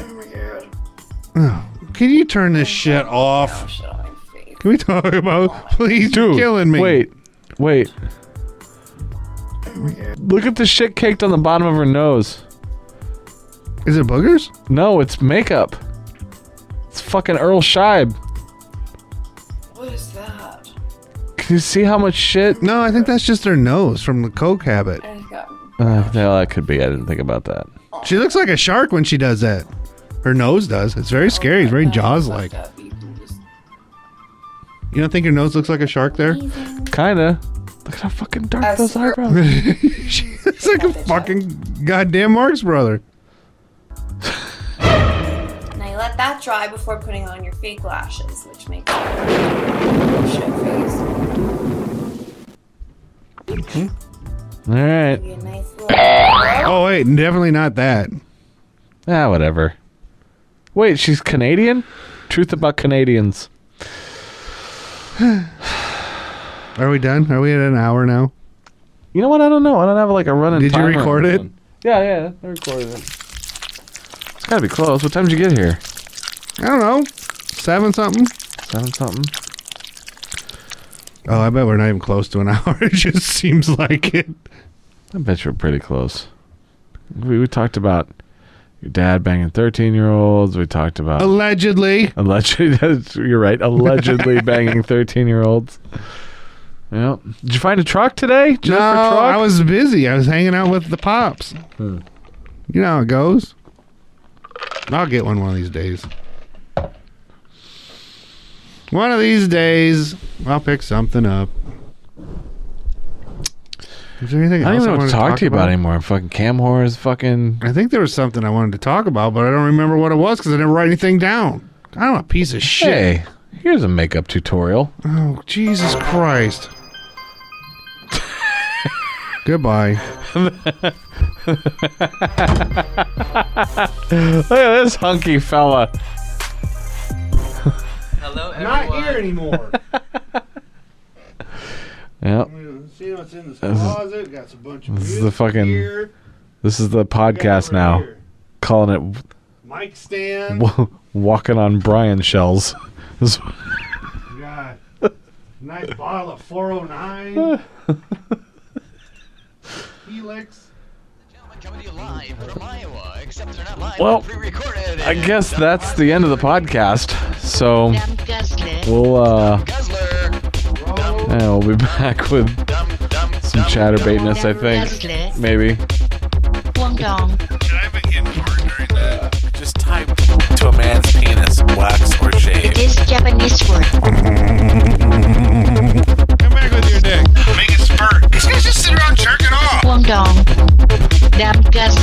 H: Oh my god.
F: Can you turn this shit off?
H: Shit on my face.
F: Can we talk about? Please, you're killing me.
E: Wait, wait. Look at the shit caked on the bottom of her nose.
F: is it boogers?
E: No, it's makeup. It's fucking Earl Scheib.
H: What is that?
E: Can you see how much shit?
F: No, I think that's just her nose from the coke habit.
H: I got
E: Uh, no, that could be. I didn't think about that.
F: She looks like a shark when she does that. Her nose does. It's very scary. It's very Jaws like. You don't think her nose looks like a shark there?
E: Kinda. Look at how fucking dark
F: those eyebrows. She's like a fucking goddamn Marx brother.
B: Now you let that dry before putting on your fake lashes, which makes
E: All right.
F: Oh wait, definitely not that.
E: Ah, whatever. Wait, she's Canadian. Truth about Canadians.
F: Are we done? Are we at an hour now?
E: You know what? I don't know. I don't have like a running.
F: Did you
E: timer on
F: record
E: this
F: it?
E: one. Yeah, yeah, I recorded it. It's gotta be close. What time did you get here?
F: I don't know. Seven something.
E: Seven something.
F: Oh, I bet we're not even close to an hour. It just seems like it.
E: I bet you're pretty close. We, we talked about your dad banging thirteen-year-olds. We talked about
F: Allegedly.
E: allegedly. you're right. Allegedly banging thirteen-year-olds. Yeah. Did you find a truck today? Did you
F: No,
E: look for a truck?
F: I was busy. I was hanging out with the pops.
E: Hmm.
F: You know how it goes. I'll get one one of these days. One of these days, I'll pick something up. Is there anything
E: I don't
F: else
E: even know
F: wanted
E: what to talk, to you about, anymore. Fucking cam whores, fucking.
F: I think there was something I wanted to talk about, but I don't remember what it was because I didn't write anything down. I'm a piece of shit.
E: Hey, here's a makeup tutorial.
F: Oh, Jesus Christ. Goodbye.
E: Look at this hunky fella.
M: Hello, everyone.
F: Not here anymore.
E: Yep.
F: See what's in this
E: This is-
F: closet? Got a bunch of
E: This is
F: music
E: the fucking.
F: here.
E: This is the podcast now. Calling
F: Mic stand.
E: it walking on Brian shells. This-
F: Got a nice bottle of 409. Helix.
E: well, I guess that's the end of the podcast. So we'll uh, yeah, we'll be back with some chatterbaitness. I think maybe.
D: Just type to a man's penis, wax or shave.
N: It is Japanese word.
C: Come back with your dick. Make it spurt. These guys just sit around jerking off.
N: Guangdong. Damn gas